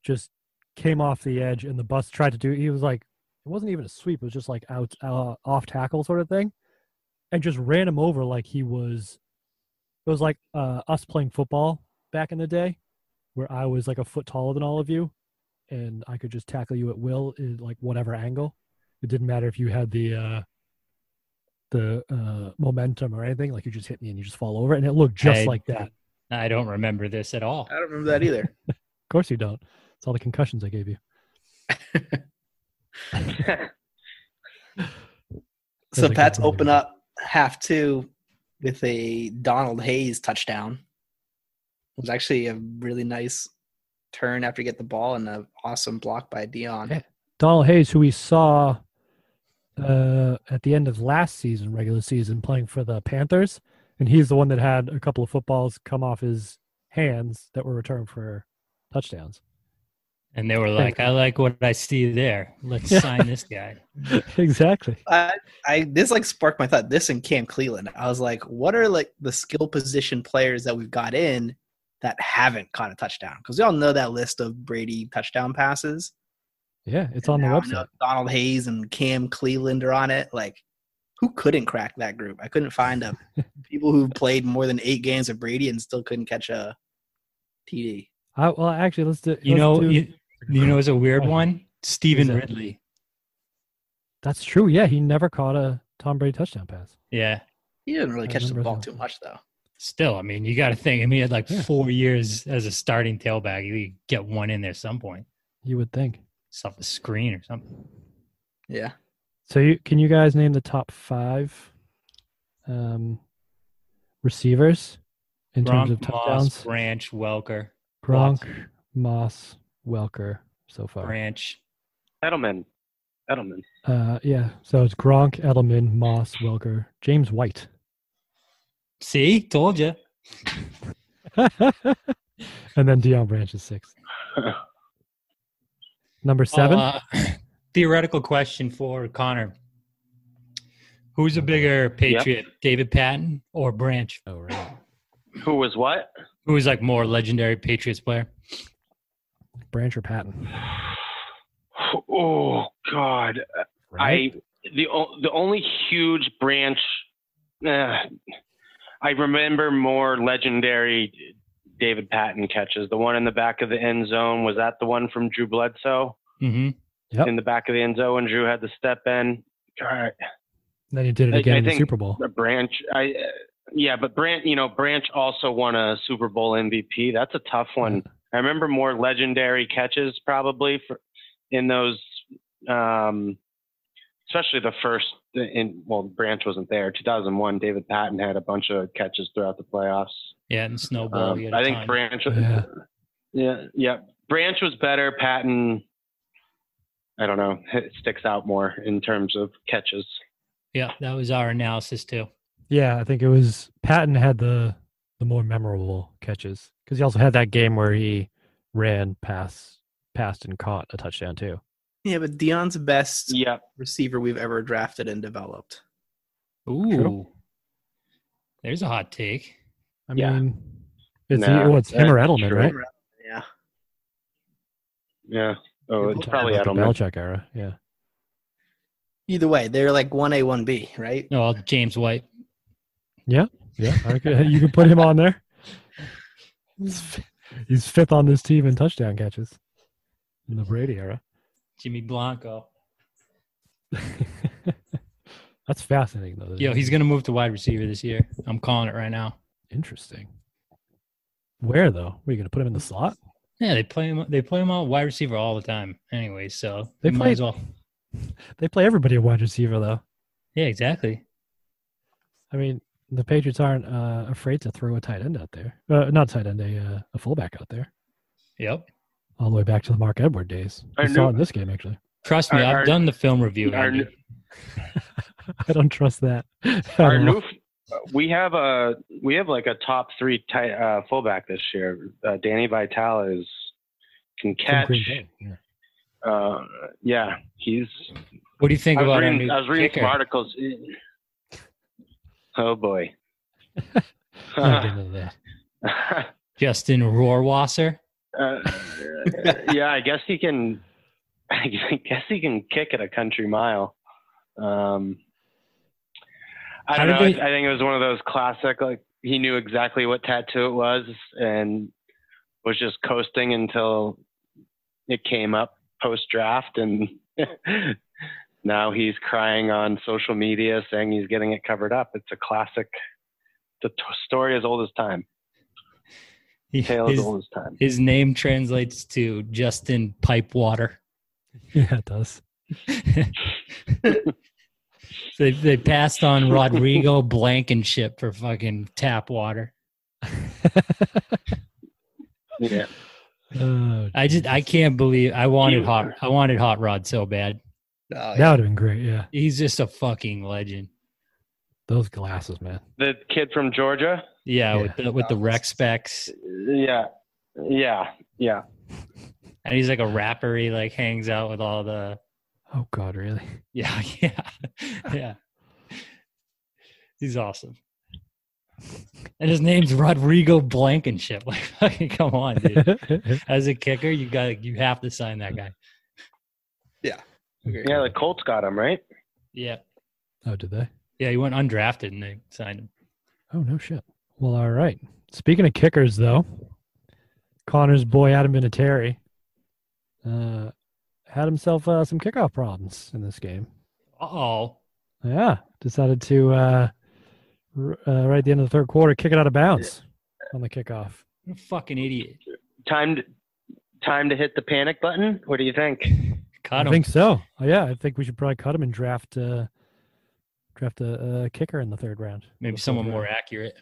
S2: just came off the edge and the bus tried to do. He was like, it wasn't even a sweep. It was just like out uh, off tackle sort of thing, and just ran him over like he was. It was like uh, us playing football back in the day, where I was like a foot taller than all of you, and I could just tackle you at will in like whatever angle. It didn't matter if you had the. Uh, the uh, momentum or anything. Like you just hit me and you just fall over, and it looked just
S3: I-
S2: like that. Uh, Of
S3: I don't remember this at all.
S5: I don't remember that either.
S2: course you don't. It's all the concussions I gave you.
S5: so
S2: Doesn't
S5: Pats
S2: completely
S5: open
S2: work.
S5: up half two with a Donald Hayes touchdown. It was actually a really nice turn after you get the ball and an awesome block by Dion.
S2: Yeah. Donald Hayes, who we saw uh, at the end of last season, regular season, playing for the Panthers, and he's the one that had a couple of footballs come off his hands that were returned for touchdowns.
S3: And they were like, "I like what I see there. Let's
S2: Yeah.
S3: sign this guy."
S2: exactly.
S5: I, I this like sparked my thought. This and Cam Cleveland. I was like, what are like the skill position players that we've got in that haven't caught a touchdown? Because we all know that list of Brady touchdown passes.
S2: Yeah, it's
S5: And
S2: on the
S5: now I know
S2: website.
S5: Donald Hayes and Cam Cleveland are on it. Like, who couldn't crack that group? I couldn't find them. People who played more than eight games of Brady and still couldn't catch a TD.
S2: I, well, actually, let's do.
S3: You
S2: let's
S3: know,
S2: do-
S3: you, you know, is a weird
S2: Oh.
S3: one. Steven
S2: Who's that?
S3: Ridley.
S2: that's true. Yeah, he never caught a Tom Brady touchdown pass.
S3: Yeah.
S5: He didn't really
S2: I
S5: catch the
S2: remember
S5: ball
S2: that.
S5: too much though.
S3: Still, I mean, you got to think. I mean, he had like
S2: Yeah.
S3: four years as a starting tailback. You get one in there some point,
S2: You would think.
S3: it's off a screen or something.
S5: Yeah.
S2: So you, can you guys name the top five um, receivers in terms of
S3: Gronk, Moss,
S2: touchdowns?
S3: Branch, Welker,
S2: Gronk, Moss, Welker so far.
S3: Branch.
S4: Edelman. Edelman.
S2: Uh, yeah, so it's Gronk, Edelman, Moss, Welker, James White.
S3: See, told you.
S2: and then Dion Branch is sixth. Number seven.
S3: Uh, theoretical question for Connor: Who's a bigger patriot, David Patton or Branch?
S2: Uh, oh, right.
S4: Who was what?
S3: Who is like more legendary Patriots player?
S2: Branch or Patton?
S4: Oh God.
S2: Right?
S4: I the o- the only huge branch. eh, I remember more legendary David Patton catches. The one in the back of the end zone was that the one from Drew Bledsoe
S3: hmm
S2: Yep.
S4: in the back of the end zone when Drew had the step in. God,
S2: then he did it
S4: I-
S2: again
S4: I
S2: in the
S4: think-
S2: Super Bowl.
S4: a branch. I eh, yeah, but Branch, you know, Branch also won a Super Bowl MVP. That's a tough one I remember more legendary catches probably for, in those, um, especially the first. In well, Branch wasn't there. 2001, David Patton had a bunch of catches throughout the playoffs.
S3: Yeah, and snowball.
S4: Um,
S3: he had a
S4: I think
S3: ton.
S4: Branch.
S2: Oh, Yeah.
S4: Yeah, yeah. Branch was better. Patton, I don't know, it sticks out more in terms of catches.
S3: yeah, that was our analysis too.
S2: Yeah, I think it was Patton had the the more memorable catches because he also had that game where he ran pass passed and caught a touchdown too.
S5: Yeah, but Dion's best
S4: Yeah,
S5: receiver we've ever drafted and developed.
S3: Ooh, there's a hot take.
S2: I
S4: Yeah.
S2: mean, it's
S4: Nah,
S2: what's him or
S4: that's
S2: Edelman,
S4: true.
S2: right?
S5: Yeah.
S4: yeah. Oh,
S2: We're
S4: it's
S2: talking
S4: probably
S2: about the
S4: Edelman.
S2: Belichick era. Yeah,
S5: Either way, they're like one A, one B, right?
S3: No, well, Oh, James White.
S2: yeah. I could- you can put him on there. He's fi- he's fifth on this team in touchdown catches in the Brady era.
S3: Jimmy Blanco.
S2: That's fascinating, though. that
S3: Yo,
S2: it-
S3: he's gonna move to wide receiver this year. I'm calling it right now.
S2: interesting. Where though? Were you going to put him in the slot?
S3: Yeah, they play him. They play him out wide receiver all the time. Anyway, so
S2: They
S3: they might as
S2: play-
S3: well.
S2: They play everybody at wide receiver though.
S3: Yeah, exactly.
S2: I mean, the Patriots aren't uh, afraid to throw a tight end out there. Uh, not tight end, a, uh, a fullback out there.
S3: Yep.
S2: All the way back to the Mark Edward days.
S4: I
S2: I saw
S4: knew-
S2: it in this game actually.
S3: Trust me,
S4: Our-
S3: I've
S4: our-
S3: done the film review.
S4: our
S3: Andy.
S4: new-
S2: I don't trust that. I
S4: Our
S2: don't know.
S4: new, we have a we have like a top three tight uh, fullback this year. Uh, Danny Vitale is can
S2: From
S4: catch.
S2: Green Bay, yeah.
S4: Uh, yeah, he's.
S3: what do you think
S4: I was
S3: about our
S4: reading,
S3: new
S4: I was reading some
S3: kicker?
S4: articles. Oh boy.
S2: Not getting into that.
S3: Justin Rohrwasser.
S4: Uh, yeah, I guess he can. I guess he can kick at a country mile. Um, I
S3: How
S4: don't know.
S3: did they-
S4: I, I think it was one of those classic. Like he knew exactly what tattoo it was and was just coasting until it came up post draft, and now he's crying on social media saying he's getting it covered up. It's a classic. The t- story is old as time.
S3: He-
S4: Tale is
S3: his,
S4: old as time.
S3: his name translates to Justin Pipewater.
S2: Yeah, it does.
S3: they they passed on Rodrigo Blankenship for fucking tap water.
S4: Yeah.
S2: Oh,
S3: I just I can't believe I wanted hot I wanted hot rod so bad.
S5: Oh,
S2: that would have been great. Yeah,
S3: He's just a fucking legend.
S2: those glasses, man.
S4: the kid from Georgia.
S3: Yeah,
S2: Yeah.
S3: with the with the rec specs,
S4: Yeah, yeah, yeah.
S3: and he's like a rapper. He like hangs out with all the
S2: Oh God, really?
S3: yeah yeah yeah. He's awesome, and his name's Rodrigo Blankenship. Like fucking come on, dude. As a kicker, you got you have to sign that guy.
S4: Yeah, the Colts got him right.
S3: Yeah,
S2: oh, did they?
S3: yeah. He went undrafted and they signed him.
S2: Oh no shit. Well, all right. Speaking of kickers, though, Connor's boy Adam Vinatieri uh, had himself uh, some kickoff problems in this game.
S3: Uh oh.
S2: Yeah, decided to uh, r- uh, right at the end of the third quarter kick it out of bounds on the kickoff.
S3: I'm a fucking idiot.
S4: Time, to, time to hit the panic button. What do you think?
S2: I
S3: Cut him.
S2: think so. Oh, yeah, I think we should probably cut him and draft uh, draft a, a kicker in the third round.
S3: Maybe
S2: Before
S3: someone
S2: draft.
S3: more accurate,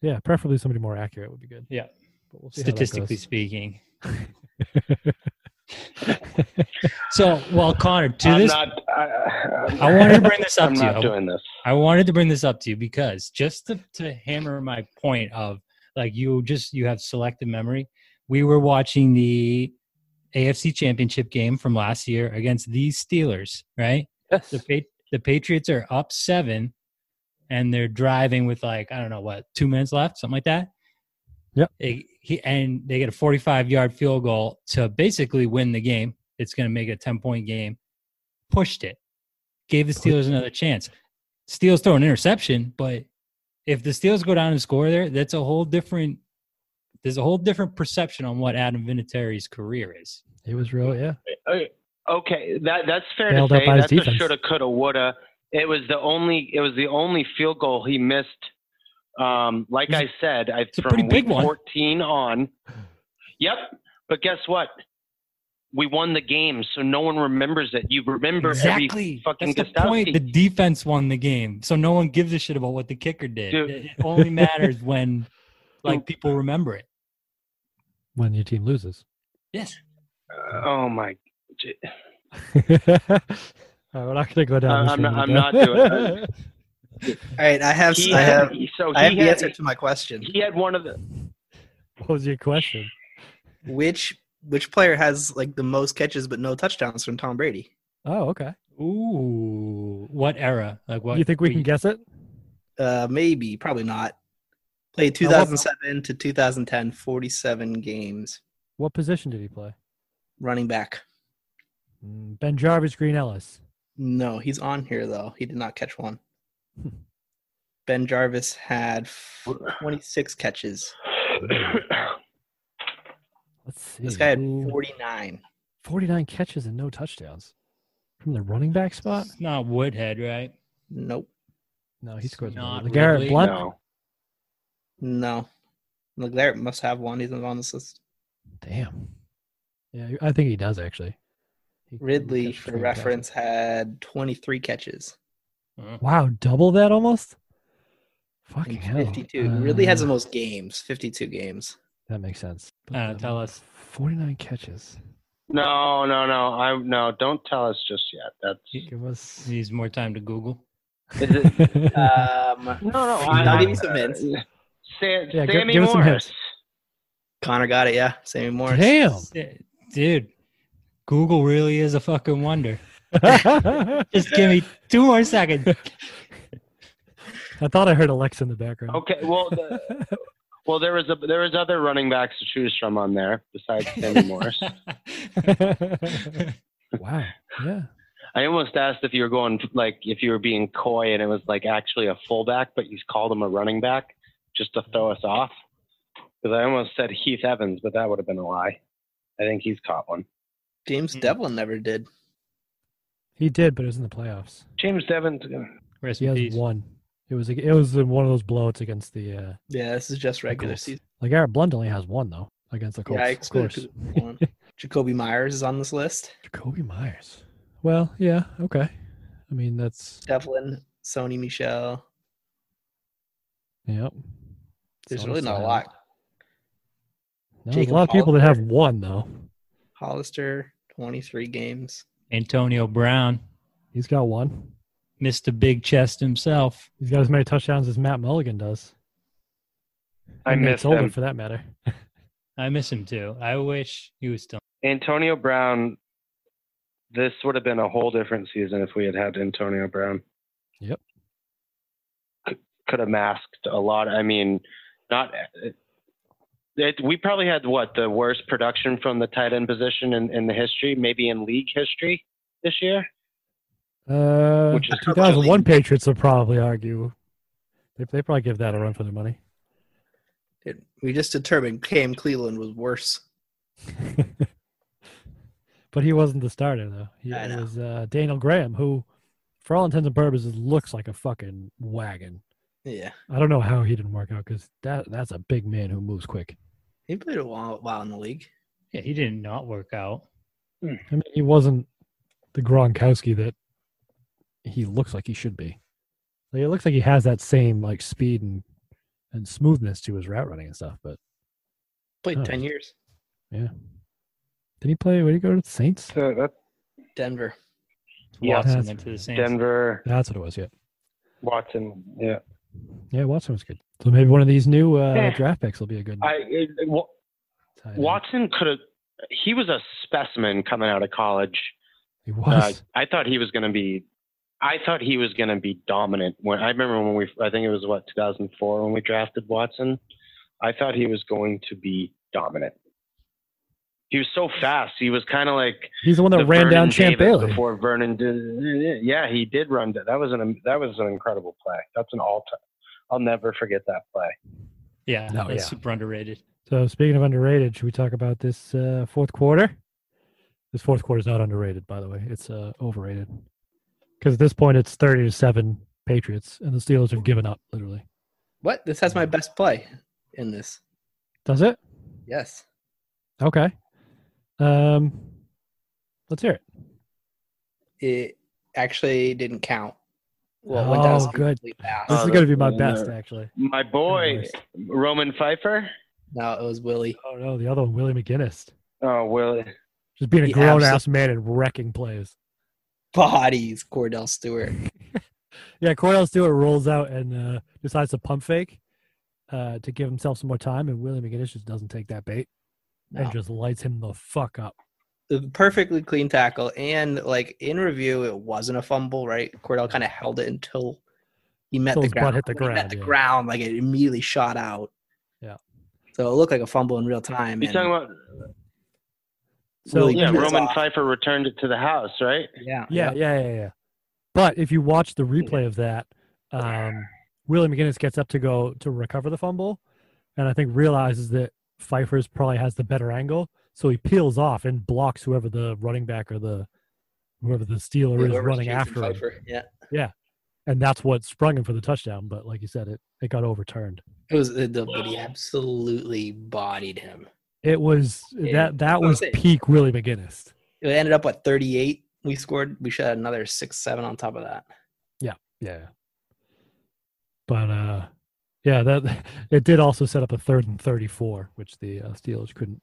S2: Yeah, preferably somebody more accurate would be good.
S3: Yeah.
S2: but we'll see how that
S3: statistically
S2: goes.
S3: speaking. so, well, Connor, to
S4: I'm
S3: this,
S4: not. I, I,
S3: I wanted to bring this up
S4: I'm
S3: to
S4: not
S3: you.
S4: doing this.
S3: I wanted to bring this up to you because just to, to hammer my point of like you just you have selective memory. We were watching the AFC Championship game from last year against these Steelers, right?
S2: Yes.
S3: the pa- the Patriots are up seven, and they're driving with like I don't know what two minutes left, something like that.
S2: Yep.
S3: They- he, and they get a forty-five yard field goal to basically win the game. It's going to make it a ten-point game. Pushed it, gave the Steelers another chance. Steelers throw an interception, but if the Steelers go down and score there, that's a whole different. There's a whole different perception on what Adam Vinatieri's career is.
S2: It was real. Yeah.
S4: Okay, Oh, Okay, that that's fair
S2: Bailed
S4: to
S2: up
S4: say.
S2: by his
S4: That's a
S2: defense.
S4: shoulda, coulda, woulda. It was the only. It was the only field goal he missed. Um, like I said, I
S3: a
S4: from
S3: pretty big
S4: week
S3: one.
S4: 14 on. Yep. But guess what? We won the game, so no one remembers it. You remember every
S3: exactly.
S4: fucking
S3: That's the point.
S4: Gostowski.
S3: The defense won the game, so no one gives a shit about what the kicker did.
S4: Dude.
S3: It it only matters when, like, people remember it.
S2: when your team loses.
S3: Yes.
S4: oh my!
S2: All right, we're not going to go down
S4: Uh,
S2: this
S4: I'm
S2: road again.
S4: not- I'm not doing
S5: All right, I have
S4: He
S5: I
S4: had-
S5: have
S4: so
S5: I have
S4: he
S5: the answer
S4: had,
S5: to my question.
S4: he had one of the.
S2: what was your question?
S5: Which which player has like the most catches but no touchdowns from Tom Brady?
S2: Oh, okay.
S3: Ooh, what era? Like, what?
S2: you think we
S3: what
S2: can guess it?
S5: Uh, maybe, probably not. Played
S2: Uh, what-
S5: 2007 to 2010, 47 games.
S2: What position did he play?
S5: Running back.
S2: Mm, Ben Jarvis, Green Ellis.
S5: No, he's on here though. He did not catch one.
S2: Hmm.
S5: Ben Jarvis had f- 26 catches.
S2: Let's see.
S5: This guy had
S2: Ooh,
S5: 49.
S2: 49 catches and no touchdowns from the running back spot.
S3: It's not Woodhead, right?
S5: Nope.
S2: No, he
S3: It's
S2: scores
S3: not
S2: one. Garrett
S3: Ridley.
S2: Blunt.
S4: No.
S5: No. Leclerc must have one. He's not on this list.
S2: Damn. Yeah, I think he does actually. He- he
S5: Ridley,
S2: catches
S5: for
S2: 49 catches.
S5: reference, had 23 catches.
S2: Wow, double that almost.
S5: in
S2: Fucking hell.
S5: 52. Ridley has
S2: Uh,
S5: the most games, 52 games.
S2: That makes sense.
S3: Uh, tell us.
S2: Forty-nine catches.
S4: No, no, no. I no. Don't tell us just yet. That's
S2: Give us.
S3: Needs more time to Google.
S4: Is it-
S2: Uh,
S5: Um,
S4: no, no.
S5: I- I'll give you some hints.
S4: Sam,
S2: Yeah, gi-
S4: Sammy
S2: give us some
S4: Morris.
S2: hints.
S5: Connor got it, yeah. Sammy Morris.
S2: Damn.
S3: Dude, Google really is a fucking wonder. Just give me two more seconds.
S2: I thought I heard Alexa in the background.
S4: Okay. Well, the, well, there was a there was other running backs to choose from on there besides Sammy Morris.
S2: wow. Yeah.
S4: I almost asked if you were going like if you were being coy and it was like actually a fullback, but you called him a running back just to throw us off. Because I almost said Heath Evans, but that would have been a lie. I think he's caught one.
S5: James
S3: Mm.
S5: Devlin never did.
S2: He did, but it was in the playoffs.
S4: James uh, Devins.
S3: Rest
S2: He
S3: in
S2: has
S3: peace.
S2: one. It was it was in one of those blowouts against the uh
S5: Yeah, this is just regular
S2: Colts.
S5: season.
S2: like Aaron Blunt only has one though against the Colts.
S5: Yeah, I
S2: of course.
S5: excluded one. Jacoby Myers is on this list.
S2: Jacoby Myers. Well, yeah, okay. I mean that's
S5: Devlin, Sony Michelle.
S2: yep.
S5: There's
S2: Sony
S5: really not a
S2: Michel.
S5: lot.
S2: No, there's a
S5: Jacob
S2: lot of people that have one though.
S5: Hollister, 23 games.
S3: Antonio Brown,
S2: He's got one.
S3: Mr. Big Chest himself.
S2: He's got as many touchdowns as Matt Mulligan does.
S4: I
S2: And Nate
S4: missed
S2: Solder,
S4: him.
S2: for that matter.
S3: I miss him too. I wish he was still.
S4: Antonio Brown. This would have been a whole different season if we had had Antonio Brown.
S2: Yep.
S4: Could, could have masked a lot. I mean, not. uh, It, we probably had what the worst production from the tight end position in, in the history, maybe in league history this year.
S2: Uh,
S4: Which is
S2: the 2001 Patriots will probably argue. They, they probably give that a run for their money.
S5: It, we just determined Cam Cleveland was worse.
S2: but he wasn't the starter, though. He
S5: I
S2: it
S5: know.
S2: was uh, Daniel Graham, who, for all intents and purposes, looks like a fucking wagon.
S5: Yeah.
S2: I don't know how he didn't work out because that, that's a big man who moves quick.
S5: He played a while, while in the league.
S3: Yeah, he did not work out.
S2: I mean, he wasn't the Gronkowski that he looks like he should be. Like, it looks like he has that same like speed and and smoothness to his route running and stuff. But
S5: Played
S2: Oh.
S5: 10 years.
S2: yeah, did he play? Where did he go to the Saints?
S4: So that's
S5: Denver.
S4: Yeah.
S3: Watson
S2: That's-
S3: went to the Saints.
S4: Denver,
S2: That's what it was. Yeah,
S4: Watson. Yeah.
S2: yeah, Watson was good. So maybe one of these new uh,
S4: Yeah.
S2: draft picks will be a good.
S4: I it, Wa-
S2: tight end.
S4: Watson could have. He was a specimen coming out of college.
S2: He
S4: Uh,
S2: was.
S4: I thought he was going to be. I thought he was going to be dominant. When I remember when we, I think it was what 2004 when we drafted Watson. I thought he was going to be dominant. He was so fast. He was kind of like
S2: He's the one that
S4: the
S2: ran
S4: Vernon
S2: down Champ
S4: Davis
S2: Bailey.
S4: before Vernon did. Yeah, he did run. That was an that was an incredible play. That's an all time. I'll never forget that play.
S3: Yeah,
S2: No,
S3: that's
S2: yeah.
S3: super underrated.
S2: So speaking of underrated, should we talk about this uh, fourth quarter? This fourth quarter is not underrated, by the way. It's uh, overrated because at this point it's thirty to seven Patriots, and the Steelers have given up literally. Hmm.
S5: What? This has my best play in this.
S2: Does it?
S5: Yes.
S2: Okay. Um, let's hear it.
S5: It actually didn't count.
S2: Oh,
S5: went down
S2: good.
S5: really fast.
S2: This
S4: Oh,
S2: is going to be my
S4: that's the one
S2: best,
S4: there.
S2: actually.
S4: My boy, Roman Pfeiffer.
S5: No, it was Willie.
S2: Oh no, the other one, Willie McGinnis,
S4: Oh, Willie.
S2: just being a
S5: He
S2: grown ass man and wrecking plays.
S5: Bodies, Cordell Stewart.
S2: Yeah, Cordell Stewart rolls out and uh, decides to pump fake uh, to give himself some more time, and Willie McGinnis just doesn't take that bait
S5: No.
S2: and just lights him the fuck up.
S5: The Perfectly clean tackle. And like in review, it wasn't a fumble, right? Cordell kind of held it until he met
S2: Till
S5: the
S2: his butt
S5: ground.
S2: hit the
S5: When he
S2: ground,
S5: met the
S2: yeah.
S5: ground, like it immediately shot out.
S2: Yeah.
S5: So it looked like a fumble in real time.
S4: You
S5: and-
S4: talking about?
S2: So
S5: Willie
S4: Yeah,
S5: It's
S4: Roman
S5: off.
S4: Pfeiffer returned it to the house, right?
S5: yeah,
S2: Yeah, yeah, yeah, yeah. But if you watch the replay of that, um, Willie McGinnis gets up to go to recover the fumble, and I think realizes that Pfeiffer's probably has the better angle, so he peels off and blocks whoever the running back or the whoever the Steeler is
S5: Whoever's
S2: running
S5: chasing
S2: after him,
S5: Pfeiffer, Yeah.
S2: and that's what sprung him for the touchdown. But like you said, it it got overturned.
S5: It was it, the, but he absolutely bodied him.
S2: It was
S5: Yeah,
S2: that that
S5: what I'm
S2: was
S5: saying.
S2: peak Willie McGinnis.
S5: It ended up at 38. We scored. We should have another six, seven on top of that.
S2: Yeah. But uh yeah, that it did also set up a third and 34, which the uh, Steelers couldn't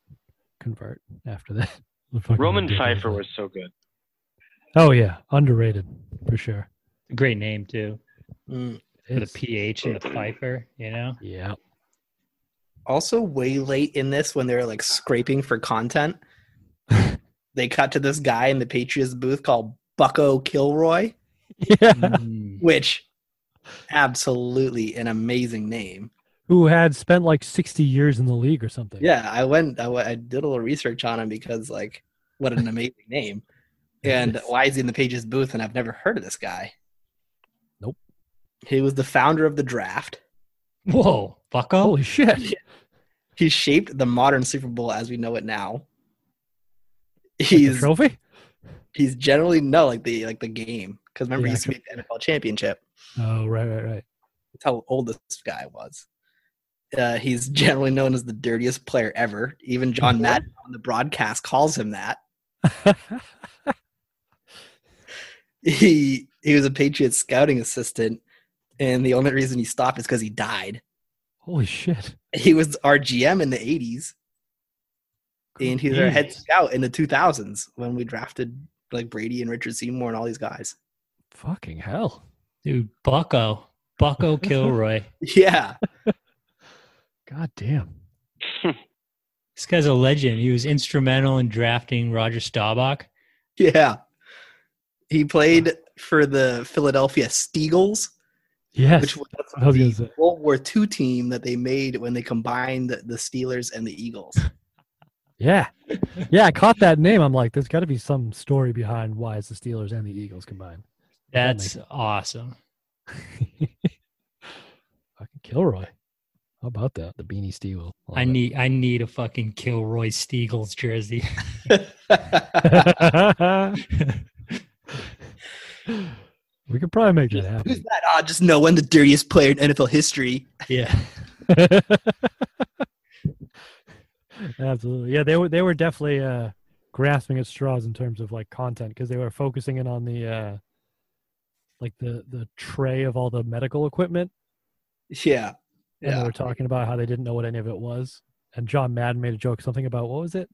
S2: convert after that. The fucking
S4: Roman
S2: ridiculous
S4: Pfeiffer
S2: play.
S4: was so good.
S2: Oh yeah, underrated for sure.
S3: Great name too.
S5: Mm.
S3: For the
S2: Is-
S3: PH and the Pfeiffer, you know?
S2: yeah.
S5: Also, way late in this when they were like scraping for content, they cut to this guy in the Patriots booth called Bucko Kilroy,
S2: Yeah.
S3: Mm.
S5: which absolutely an amazing name.
S2: Who had spent like 60 years in the league or something.
S5: Yeah, I went. I, went- I did a little research on him because like, what an amazing name. And why is he in the Pages booth? And I've never heard of this guy.
S2: Nope.
S5: He was the founder of the draft.
S3: Whoa, bucko.
S2: Holy shit.
S5: He shaped the modern Super Bowl as we know it now.
S2: Like the
S5: He's
S2: trophy?
S5: he's generally no like the like the game because remember
S2: Yeah,
S5: he used to be the NFL championship.
S2: Oh, right, right, right.
S5: That's how old this guy was. Uh, he's generally known as the dirtiest player ever. Even John Madden on the broadcast calls him that. He he was a Patriots scouting assistant, and the only reason he stopped is because he died.
S2: Holy shit.
S5: He was our GM in the '80s, and he was our head
S3: Jesus.
S5: scout in the 2000s when we drafted like Brady and Richard Seymour and all these guys.
S2: Fucking hell.
S3: Dude, bucko. Bucko Kilroy.
S5: Yeah,
S2: God damn.
S3: This guy's a legend. He was instrumental in drafting Roger Staubach.
S5: yeah. He played for the Philadelphia Steagles,
S2: Yes.
S5: which was
S2: I was gonna
S5: the
S2: say.
S5: World War II team that they made when they combined the Steelers and the Eagles.
S2: Yeah. Yeah, I caught that name. I'm like, there's got to be some story behind why it's the Steelers and the Eagles combined. That
S3: That's awesome.
S2: Fucking Kilroy. How about that? The Beanie Steel.
S3: I need I need a fucking Kilroy Steagles jersey.
S2: we could probably make that
S5: Who's
S2: happen.
S5: that? Ah, just no one, the dirtiest player in NFL history.
S3: yeah.
S2: Absolutely. Yeah, they were they were definitely uh grasping at straws in terms of like content because they were focusing in on the uh like the the tray of all the medical equipment
S5: Yeah.
S2: and they
S5: Yeah.
S2: were talking about how they didn't know what any of it was. And John Madden made a joke, something about what was it?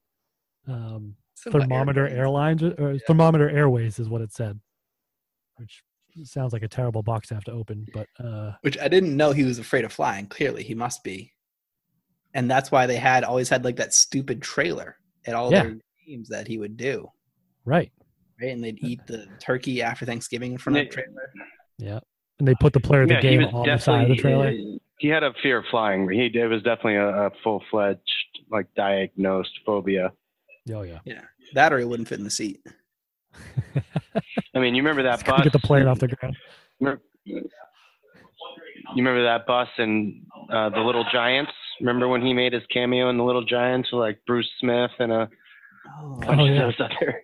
S2: Um,
S5: Something about
S2: thermometer
S5: airplanes.
S2: airlines or, or thermometer airways is what it said, which sounds like a terrible box to have to open. But uh,
S5: Which I didn't know he was afraid of flying. Clearly, he must be. And that's why they had always had like that stupid trailer at all
S2: Yeah.
S5: their games that he would do.
S2: right,
S5: Right. And they'd eat the turkey after Thanksgiving in front of the
S4: Yeah.
S5: trailer.
S2: and they put the player of the
S4: Yeah,
S2: game on the side of the trailer.
S4: He had a fear of flying. He it was definitely a, a full fledged like diagnosed phobia.
S2: Oh yeah,
S5: That or he wouldn't fit in the seat.
S4: I mean, you remember that
S2: Gotta get
S4: bus?
S2: the plane off the ground.
S4: You remember that bus and uh, the Little Giants? Remember when he made his cameo in the Little Giants with like Bruce Smith and a bunch
S2: Oh, yeah.
S4: of those other?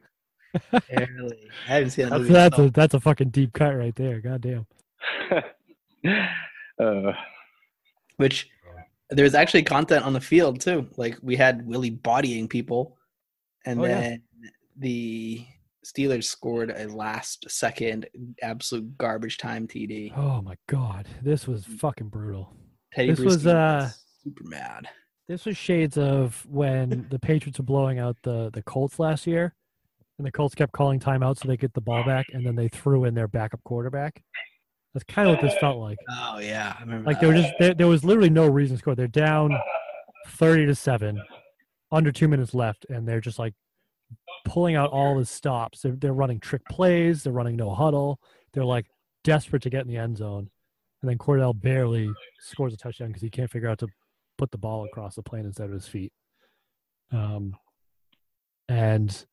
S5: barely. I haven't seen that
S2: That's
S5: movie. in
S2: that's
S5: so
S2: a that's a fucking deep cut right there. God damn.
S4: uh,
S5: which There's actually content on the field too. Like we had Willie bodying people, and
S2: Oh, yeah.
S5: then the Steelers scored a last second absolute garbage time TD.
S2: Oh my god, this was fucking brutal.
S5: Teddy
S2: This was,
S5: Bruschi
S2: uh,
S5: super mad.
S2: This was shades of when the Patriots were blowing out the the Colts last year, and the Colts kept calling timeout so they get the ball back, and then they threw in their backup quarterback. That's kind of what this felt like.
S5: Oh yeah, I remember.
S2: Like
S5: that.
S2: there were just there, there was literally no reason to score. They're down thirty to seven, under two minutes left, and they're just like pulling out all the stops. They're, they're running trick plays. They're running no huddle. They're like desperate to get in the end zone, and then Cordell barely scores a touchdown because he can't figure out to put the ball across the plane instead of his feet. Um, and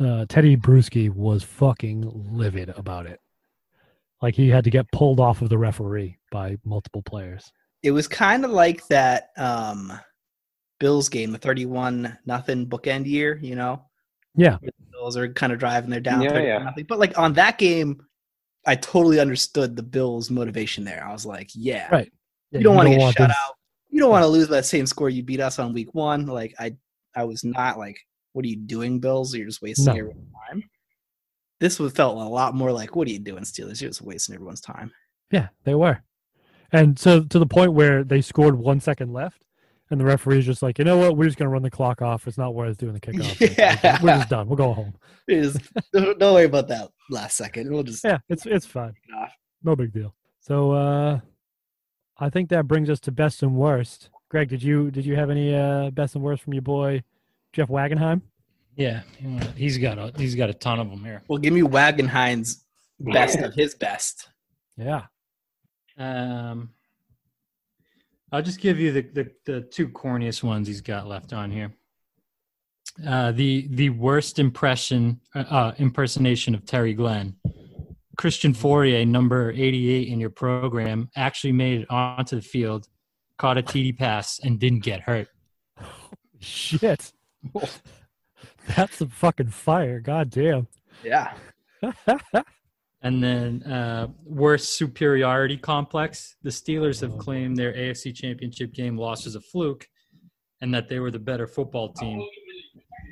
S2: uh, Teddy Bruschi was fucking livid about it. Like he had to get pulled off of the referee by multiple players.
S5: it was kind of like that um Bills game, the thirty-one nothing bookend year. You know,
S2: Yeah.
S5: Where the Bills are kind of driving. They're down
S4: Yeah, yeah.
S5: 31 nothing. But like on that game, I totally understood the Bills' motivation there. I was like, yeah,
S2: Right.
S5: You don't wanna get shut
S2: this-
S5: out. you don't want to lose by the same score you beat us on week one. Like I, I was not like, what are you doing, Bills? You're just wasting
S2: No.
S5: everyone's time. This was felt a lot more like, what are you doing, Steelers? You're just wasting everyone's time.
S2: Yeah, they were. And so to the point where they scored one second left, and the referee's just like, you know what? We're just going to run the clock off. It's not worth doing the kickoff. We're just-
S5: Yeah.
S2: We're just done. We'll go home.
S5: It is, don't don't worry about that last second. We'll just
S2: Yeah, it's it's fine.
S5: Yeah.
S2: No big deal. So uh, I think that brings us to best and worst. Greg, did you did you have any uh, best and worst from your boy Jeff Wagenheim?
S3: Yeah, you know, he's got a he's got a ton of them here.
S5: Well, give me Wagenhein's best of his best.
S2: Yeah.
S3: Um, I'll just give you the, the the two corniest ones he's got left on here. Uh, the the worst impression uh, uh, impersonation of Terry Glenn, Christian Fourier, number eighty eight in your program, actually made it onto the field, caught a TD pass, and didn't get hurt.
S2: Shit. That's some fucking fire. God damn.
S5: Yeah.
S3: And then uh, worst superiority complex. The Steelers have claimed their AFC championship game loss was a fluke and that they were the better football team.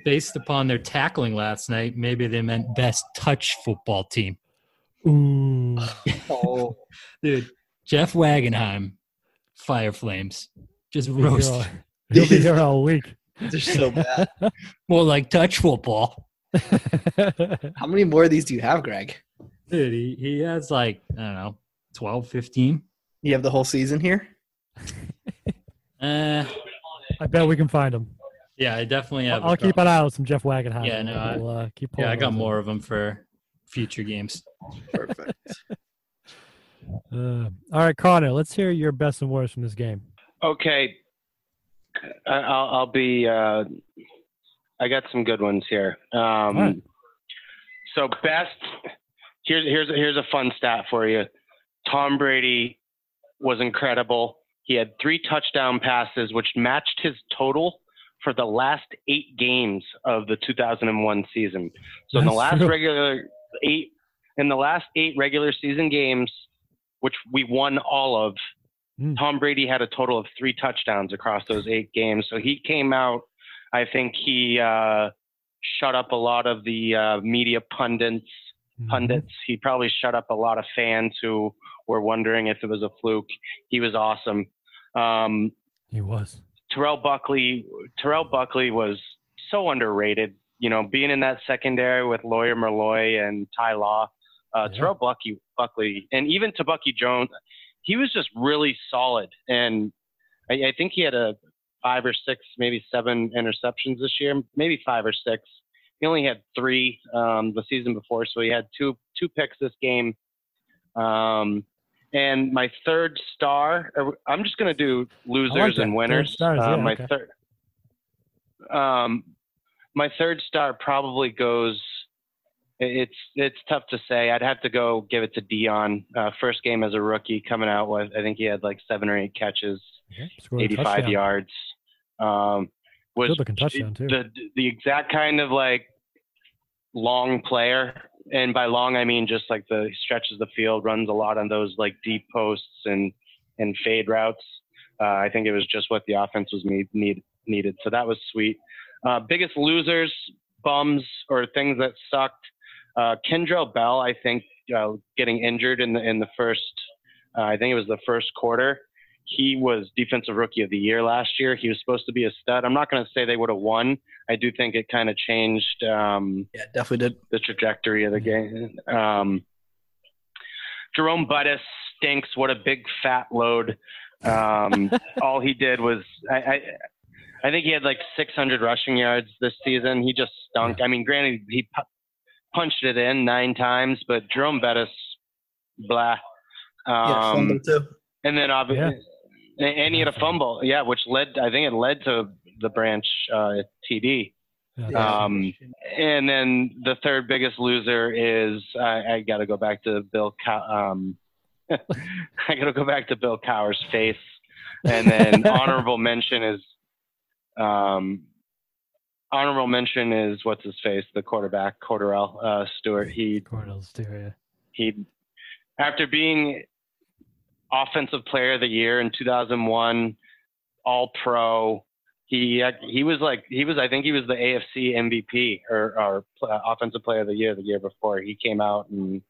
S3: Based upon their tackling last night, maybe they meant best touch football team.
S2: Ooh.
S5: Oh,
S3: Dude, Jeff Wagenheim, Fire Flames, just roast.
S2: He'll he'll be here all week.
S5: they're so bad.
S3: More like touch football.
S5: How many more of these do you have, Greg?
S3: Dude, he, he has like, I don't know, 12, 15.
S5: You have the whole season here.
S3: Uh,
S2: I bet we can find him.
S3: yeah, I definitely have. a
S2: I'll keep
S3: couple.
S2: an eye out some Jeff Wagenheim.
S3: Yeah, no, I-
S2: We'll, uh, keep
S3: Yeah, I
S2: pulling
S3: got
S2: those in.
S3: more of them for future games.
S5: Perfect.
S2: Uh, all right, Connor, let's hear your best and worst from this game.
S4: Okay, I- I'll, I'll be. Uh, I got some good ones here. Um,
S2: right.
S4: So best. Here's here's here's a fun stat for you. Tom Brady was incredible. He had three touchdown passes, which matched his total for the last eight games of the 2001 season. So in the
S2: That's
S4: last
S2: true.
S4: regular eight, in the last eight regular season games, which we won all of,
S2: Mm.
S4: Tom Brady had a total of three touchdowns across those eight games. So he came out. I think he uh, shut up a lot of the uh, media pundits
S2: Mm-hmm.
S4: pundits. He probably shut up a lot of fans who were wondering if it was a fluke. He was awesome. Um,
S2: He was.
S4: Terrell Buckley. Terrell Buckley was so underrated. You know, being in that secondary with Lawyer Merloy and Ty Law, uh,
S2: Yeah.
S4: Terrell Bucky, Buckley, and even to Bucky Jones, he was just really solid. And I, I think he had a five or six, maybe seven interceptions this year, maybe five or six. He only had three um, the season before, so he had two two picks this game. Um, and my third star, uh, I'm just going to do losers
S2: that.
S4: and
S2: Third
S4: winners.
S2: stars,
S4: Uh,
S2: yeah,
S4: my
S2: okay.
S4: third, um, my third star probably goes. It's it's tough to say. I'd have to go give it to Dion. Uh, first game as a rookie, coming out with I think he had like seven or eight catches,
S2: Yeah, scored a
S4: 85
S2: touchdown.
S4: yards. Um, was
S2: Good looking touchdown, too.
S4: the the exact kind of like long player, and by long I mean just like the stretches the field, runs a lot on those like deep posts and and fade routes. Uh, I think it was just what the offense was need, need, needed. So that was sweet. Uh, biggest losers, bums, or things that sucked. Uh, Kendrell Bell, I think, uh, getting injured in the in the first, uh, I think it was the first quarter. He was defensive rookie of the year last year. He was supposed to be a stud. I'm not going to say they would have won. I do think it kind of changed. Um,
S5: Yeah, definitely did.
S4: the trajectory of the game. Um, Jerome Bettis stinks. What a big fat load. Um, all he did was I, I. I think he had like 600 rushing yards this season. He just stunk. I mean, granted, he pu- punched it in nine times, but Jerome Bettis, blah.
S5: yeah,
S4: Um,
S5: fumble too.
S4: and then obviously, and he had a fumble. Yeah, which led. I think it led to the branch uh, TD.
S5: Yeah.
S4: Um, and then the third biggest loser is I, I got to go back to Bill. Cow- um, I got to go back to Bill Cower's face, and then honorable mention is um, honorable mention is what's his face, the quarterback Corderell uh, Stewart. He
S2: Cordell's too, yeah.
S4: he after being offensive player of the year in 2001 all pro he he was like he was i think he was the afc mvp or, or uh, offensive player of the year the year before he came out and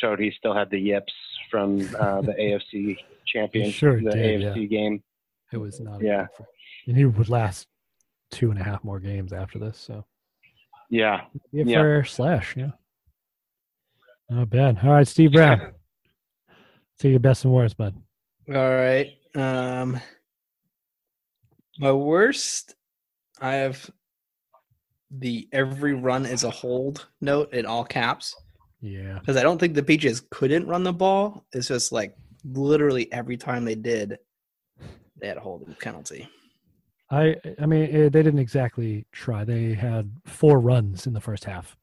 S4: showed he still had the yips from uh, the afc championship
S2: sure
S4: the
S2: did,
S4: afc game
S2: It was not.
S4: Yeah.
S2: good for- And he would last two and a half more games after this. So
S4: yeah
S2: yeah,
S4: Yeah.
S2: for slash, yeah. Not bad. All right, Steve Brown. Take your best and worst, bud.
S5: All right. Um, my worst, I have the every run is a hold note in all caps
S2: Yeah.
S5: because I don't think the Peaches couldn't run the ball. It's just like literally every time they did, they had a holding penalty.
S2: I I mean eh, they didn't exactly try. They had four runs in the first half.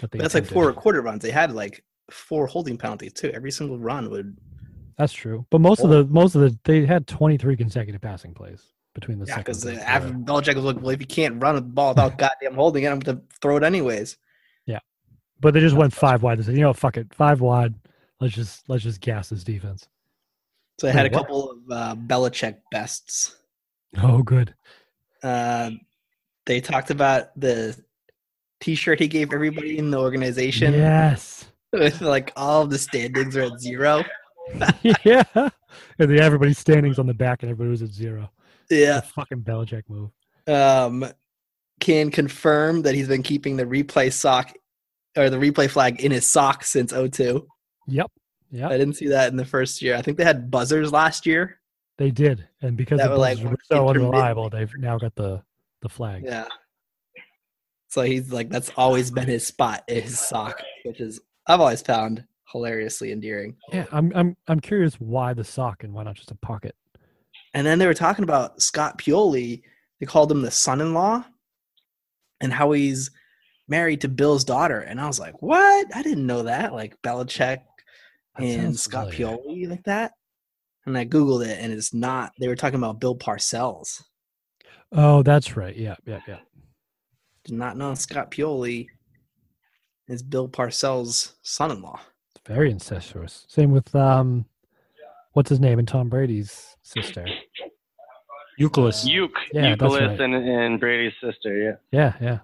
S2: that they
S5: But that's like
S2: attempted.
S5: four quarter runs. They had like four holding penalties too. Every single run would.
S2: That's true. But most of the most of the they had twenty three consecutive passing plays between the
S5: Yeah,
S2: second.
S5: because
S2: and third
S5: after
S2: quarter.
S5: Belichick was like, well, if you can't run the ball without goddamn holding it, I'm going to throw it anyways.
S2: but they just went five wide. They said, you know, fuck it, five wide. Let's just let's just gas this defense.
S5: So I had a
S2: Wait, what?
S5: couple of uh, Belichick bests.
S2: Oh, good.
S5: Uh, they talked about the T-shirt he gave everybody in the organization
S2: Yes.
S5: with like all of the standings are at zero.
S2: yeah. And then everybody's standings on the back, and everybody was at zero.
S5: Yeah.
S2: The fucking Belichick move.
S5: Um, can confirm that he's been keeping the replay sock or the replay flag in his sock since 02.
S2: Yep.
S5: I
S2: Yeah,
S5: didn't see that in the first year. I think they had buzzers last year.
S2: they did, and because
S5: That
S2: the
S5: were, like,
S2: Bills were so
S5: intermittent-
S2: unreliable, they've now got the the flag.
S5: Yeah. So he's like that's always been his spot is his sock, which is I've always found hilariously endearing.
S2: Yeah, I'm I'm I'm curious why the sock and why not just a pocket?
S5: And then they were talking about Scott Pioli. They called him the son-in-law, and how he's married to Bill's daughter. And I was like, "What? I didn't know that." Like Belichick
S2: That
S5: and
S2: sounds
S5: Scott
S2: familiar.
S5: Pioli, like that. And I googled it, and it's not. They were talking about Bill Parcells.
S2: Oh, that's right. Yeah, yeah, yeah.
S5: Did not know Scott Pioli is Bill Parcells' son-in-law.
S2: It's very incestuous. Same with um, what's his name and Tom Brady's sister.
S3: Euclid.
S4: Uke,
S2: Yeah, that's
S4: Euclid
S2: right.
S4: and, and brady's sister yeah
S2: Yeah, yeah.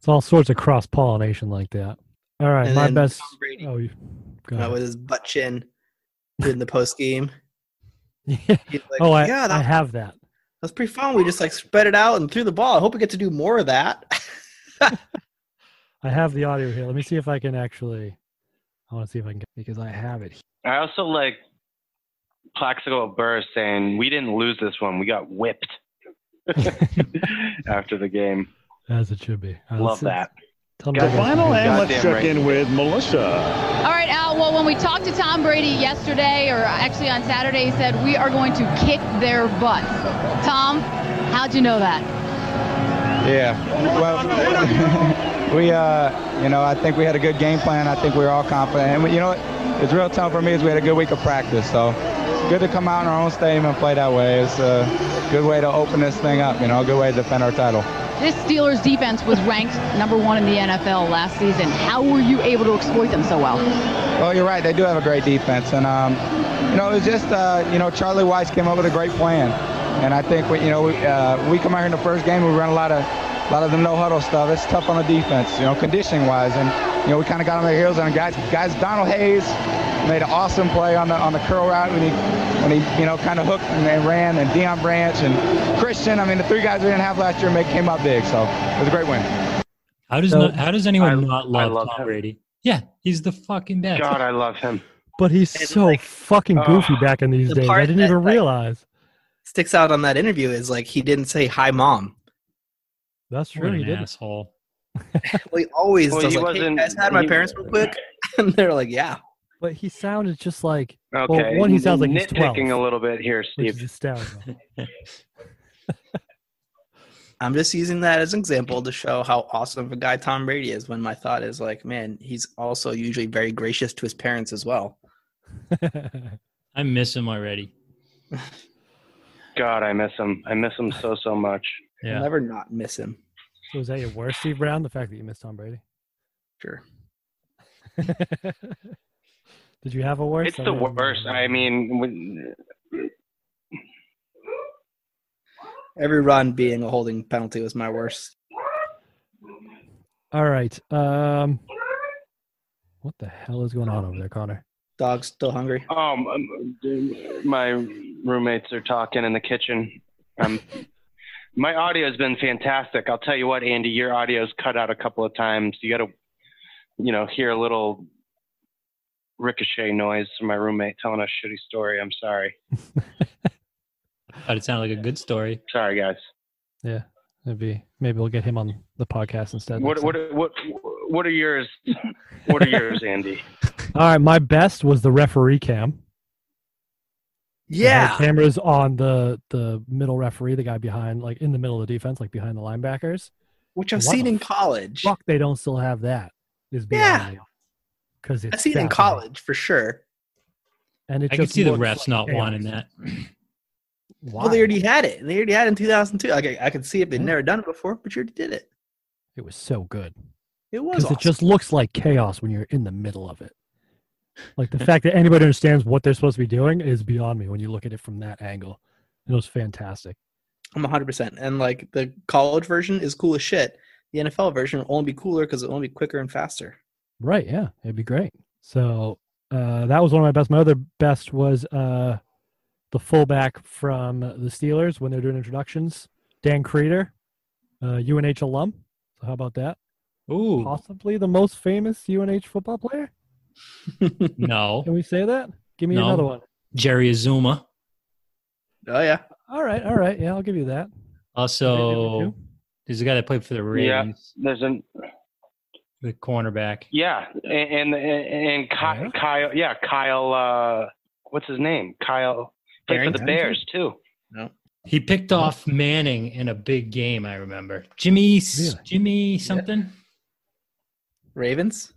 S2: It's all sorts of cross pollination like that. All right,
S5: And
S2: my
S5: then
S2: best.
S5: Tom Brady.
S2: Oh, you, go
S5: uh,
S2: ahead.
S5: with his butt chin in the post game.
S2: Yeah.
S5: He's like,
S2: oh, I,
S5: yeah,
S2: I
S5: that,
S2: have that.
S5: that's pretty fun. We just like spread it out and threw the ball. I hope we get to do more of that.
S2: I have the audio here. Let me see if I can actually. I want to see if I can get because I have it.
S4: i also like plaxico burr saying we didn't lose this one we got whipped after the game
S2: As it should be. All right,
S4: love
S2: let's-
S4: that
S2: Tell me
S4: The
S2: about
S4: final
S2: this.
S4: and- Goddamn right.
S6: with Melissa.
S7: All right, Al. Well, when we talked to Tom Brady yesterday, or actually on Saturday, he said, We are going to kick their butt. Tom, how'd you know that?
S8: Yeah. Well, we, uh, you know, I think we had a good game plan. I think we were all confident. And, we- you know, what? it's real tough for me is we had a good week of practice. So it's good to come out in our own stadium and play that way. It's a good way to open this thing up, you know, a good way to defend our title.
S7: This Steelers defense was ranked number one in the NFL last season. How were you able to exploit them so well?
S8: Well, you're right. They do have a great defense, and um, you know, it was just, uh, you know, Charlie Weiss came up with a great plan. And I think, we, you know, we, uh, we come out here in the first game, we run a lot of a lot of the no huddle stuff. It's tough on the defense, you know, conditioning wise. And, you know, we kind of got on their heels. And guys, guys, Donald Hayes made an awesome play on the on the curl route when he when he you know kind of hooked and, and ran. And Deion Branch and Christian. I mean, the three guys we didn't have last year made, came up big. So it was a great win.
S3: How does
S2: So-
S3: not, how does anyone
S4: I-
S3: not love,
S4: love
S3: Tom
S4: him.
S3: Brady? Yeah, he's the fucking best.
S4: God, I love him.
S2: But he's
S5: It's
S2: so
S5: like-
S2: fucking goofy
S4: Ugh.
S2: back in these
S5: The
S2: days.
S5: part
S2: I didn't
S5: that,
S2: even
S5: like-
S2: realize.
S5: Sticks out on that interview is like he didn't say hi, mom.
S2: That's
S3: What
S2: true.
S3: an
S2: He did.
S3: asshole.
S5: Well, he always
S4: Well,
S5: does
S4: he
S5: like, hey,
S4: wasn't-
S5: you guys had my
S4: he-
S5: parents real quick, and they're like, yeah.
S2: But he sounded just like
S4: Okay.
S2: one, he sounds like he's
S4: nitpicking
S2: 12.
S4: a little bit here,
S2: which
S4: Steve.
S2: is hysterical.
S5: I'm just using that as an example to show how awesome of a guy Tom Brady is. When my thought is like, man, he's also usually very gracious to his parents as well.
S3: I miss him already.
S4: God, I miss him. I miss him so so much.
S5: I'll
S3: Yeah.
S5: never not miss him.
S2: so is that your worst, Steve Brown? The fact that you missed Tom Brady?
S5: Sure.
S2: did you have a worst?
S4: It's the worst. I mean, when-
S5: Every run being a holding penalty was my worst.
S2: All right. Um, what the hell is going on over there, Connor?
S5: Dog's still hungry.
S4: um, um, my roommates are talking in the kitchen. Um, my audio has been fantastic. I'll tell you what, Andy, your audio's cut out a couple of times. You got to, you know, hear a little ricochet noise from my roommate telling a shitty story. I'm sorry.
S3: But it sounded like a good story.
S4: Sorry, guys.
S2: Yeah, maybe maybe we'll get him on the podcast instead.
S4: What
S2: next
S4: what
S2: time.
S4: what what are yours? What are yours, Andy?
S2: All right, my best was the referee cam. They had
S5: Yeah.
S2: cameras on the the middle referee, the guy behind, like in the middle of the defense, like behind the linebackers.
S5: Which I've
S2: What
S5: seen
S2: the
S5: in
S2: f-
S5: college.
S2: Fuck, they don't still have that. Is
S5: Yeah.
S2: because
S5: I've seen it in college for sure.
S2: and it
S3: I can
S2: just
S3: see the
S2: looks
S3: refs
S2: like
S3: not
S2: chaos.
S3: wanting that.
S2: Why?
S5: Well, they already had it. They already had it in 2002. Like, I, I could see it. They'd
S2: Yeah.
S5: never done it before, but you already did it.
S2: it was so good.
S5: It was
S2: because
S5: awesome.
S2: it just looks like chaos when you're in the middle of it. Like the fact that anybody understands what they're supposed to be doing is beyond me when you look at it from that angle. It was fantastic.
S5: I'm 100%. And like the college version is cool as shit. The NFL version will only be cooler because it will only be quicker and faster.
S2: Right? Yeah, it'd be great. So uh, that was one of my best. My other best was uh, the fullback from the Steelers when they're doing introductions. Dan Creeder, uh, UNH alum. So how about that?
S3: Ooh,
S2: Possibly the most famous UNH football player.
S5: oh,
S3: no,
S2: Can we say that? Give me
S3: No.
S2: another one.
S3: Jerry Azuma.
S5: Oh, yeah.
S2: All right, all right. Yeah, I'll give you that.
S3: Also, there's a guy that played for the
S4: Yeah.
S3: Ravens,
S4: There's an
S3: the cornerback.
S4: yeah, and and, and Kyle, Kyle yeah Kyle uh, what's his name Kyle played for the
S5: Barrington?
S4: Bears too.
S3: He picked off Manning in a big game. I remember Jimmy, S-
S2: Really?
S3: Jimmy something.
S5: Ravens,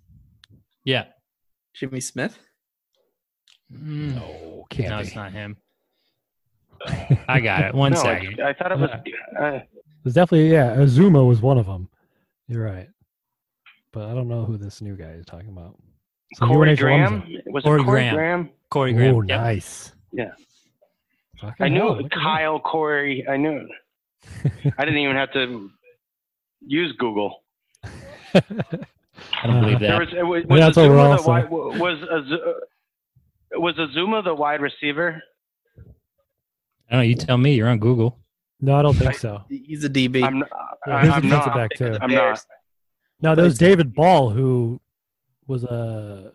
S3: Yeah,
S5: Jimmy Smith.
S3: Mm, no,
S2: No, can't be.
S3: it's not him. I got it. One
S4: no, I-
S3: second.
S4: I, thought it was. Uh,
S2: There's definitely yeah, Azuma was one of them. You're right, but I don't know who this new guy is talking about. So he
S4: Corey
S2: went into
S4: Graham
S2: Alonzo.
S4: was
S3: Corey
S4: it Corey
S3: Graham.
S4: Graham.
S3: Corey Graham.
S2: Oh,
S3: Yep.
S2: nice.
S4: Yeah.
S2: Fucking
S4: I knew
S2: hell,
S4: it was
S2: look at that.
S4: Kyle Corey. I knew. it. I didn't even have to use Google.
S3: I don't
S2: Uh-huh.
S3: believe
S4: There
S3: that.
S4: was, it was,
S2: Yeah,
S4: was
S2: that's what we're
S4: Azuma
S2: all
S4: the wide, was Azu- was Azuma the wide receiver?
S3: I don't know. You tell me. You're on Google.
S2: No, I don't think so.
S5: He's a DB.
S4: I'm,
S2: Yeah, he's a
S4: I'm
S2: defensive
S4: not.
S2: back too.
S4: I'm not.
S2: No, there was David Ball who was a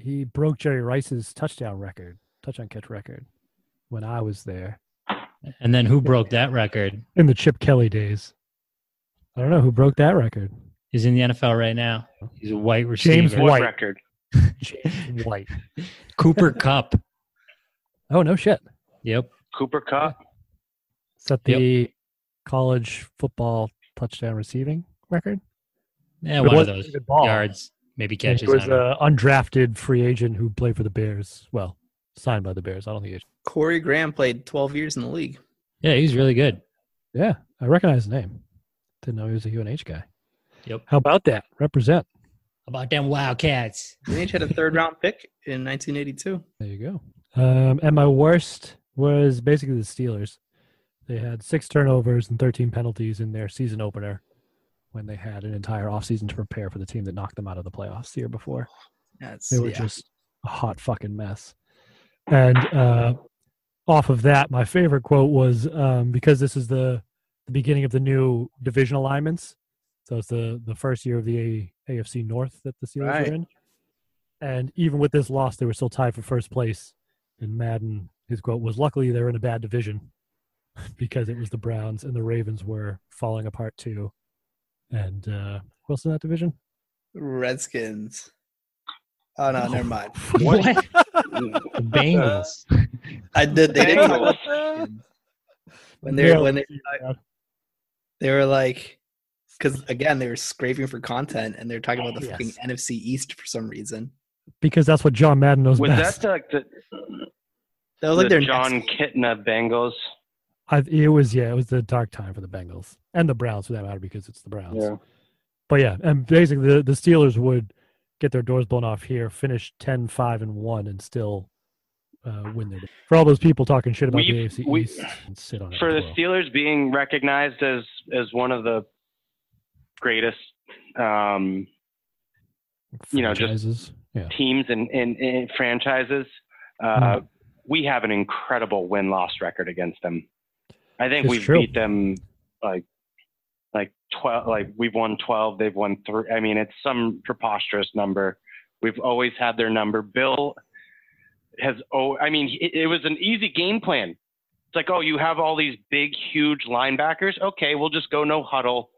S2: he broke Jerry Rice's touchdown record, touchdown catch record, when I was there
S3: And then who broke that record?
S2: in the Chip Kelly days. I don't know who broke that record.
S3: He's in the NFL right now. He's a white receiver.
S2: James
S4: What
S2: White.
S4: record?
S2: James White.
S3: Cooper Cup.
S2: Oh no shit.
S3: Yep.
S4: Cooper Cup.
S2: set the
S3: Yep.
S2: college football touchdown receiving record.
S3: Yeah,
S2: It
S3: one of
S2: wasn't
S3: those
S2: David Ball.
S3: yards, maybe
S2: It
S3: catches.
S2: was
S3: I don't know.
S2: an undrafted free agent who played for the Bears. Well, signed by the Bears. I don't think. It,
S5: Corey Graham played 12 years in the league.
S3: yeah, he's really good.
S2: yeah, I recognize the name. Didn't know he was a UNH guy.
S3: Yep.
S2: How about that? Represent.
S3: about them Wildcats.
S5: Green had a third round pick in 1982.
S2: There you go. Um, and my worst was basically the Steelers. They had six turnovers and 13 penalties in their season opener when they had an entire offseason to prepare for the team that knocked them out of the playoffs the year before.
S5: That's
S2: They were
S5: yeah.
S2: just a hot fucking mess. And uh, off of that, my favorite quote was um, because this is the, the beginning of the new division alignments. So it's the, the first year of the A- AFC North that the Steelers
S5: Right.
S2: are in. And even with this loss, they were still tied for first place. And Madden, his quote was, luckily they're in a bad division because it was the Browns and the Ravens were falling apart too. And uh, who else in that division?
S5: Redskins. Oh no, never mind.
S3: What? the Bengals.
S5: I did. They didn't. talk about Redskins. When they
S2: Yeah.
S5: when they they were like, because again they were scraping for content and they're talking about the fucking
S2: Yes.
S5: NFC East for some reason.
S2: because that's what John Madden knows
S4: Was
S2: best.
S4: that like the,
S5: That was like
S4: the
S5: their
S4: John
S5: next-
S4: Kitna Bengals?
S2: I, it was yeah, it was the dark time for the Bengals and the Browns for that matter because it's the Browns. But yeah, and basically the, the Steelers would get their doors blown off here, finish 10, 5, and one, and still uh, win their. For all those people talking shit about
S4: We've-
S2: the AFC
S4: we-
S2: East, and sit on it
S4: For
S2: as
S4: the
S2: well.
S4: Steelers being recognized as as one of the greatest um, you know, just-
S2: Franchises. yeah. Hmm.
S4: teams and in, in, franchises, uh, we have an incredible win loss record against them. I think
S2: It's
S4: we've
S2: true.
S4: beat them like like twelve. Like we've won twelve. They've won three. I mean, it's some preposterous number. We've always had their number. Bill has. Oh, I mean, it, it was an easy game plan. It's like, oh, you have all these big, huge linebackers. Okay, we'll just go no huddle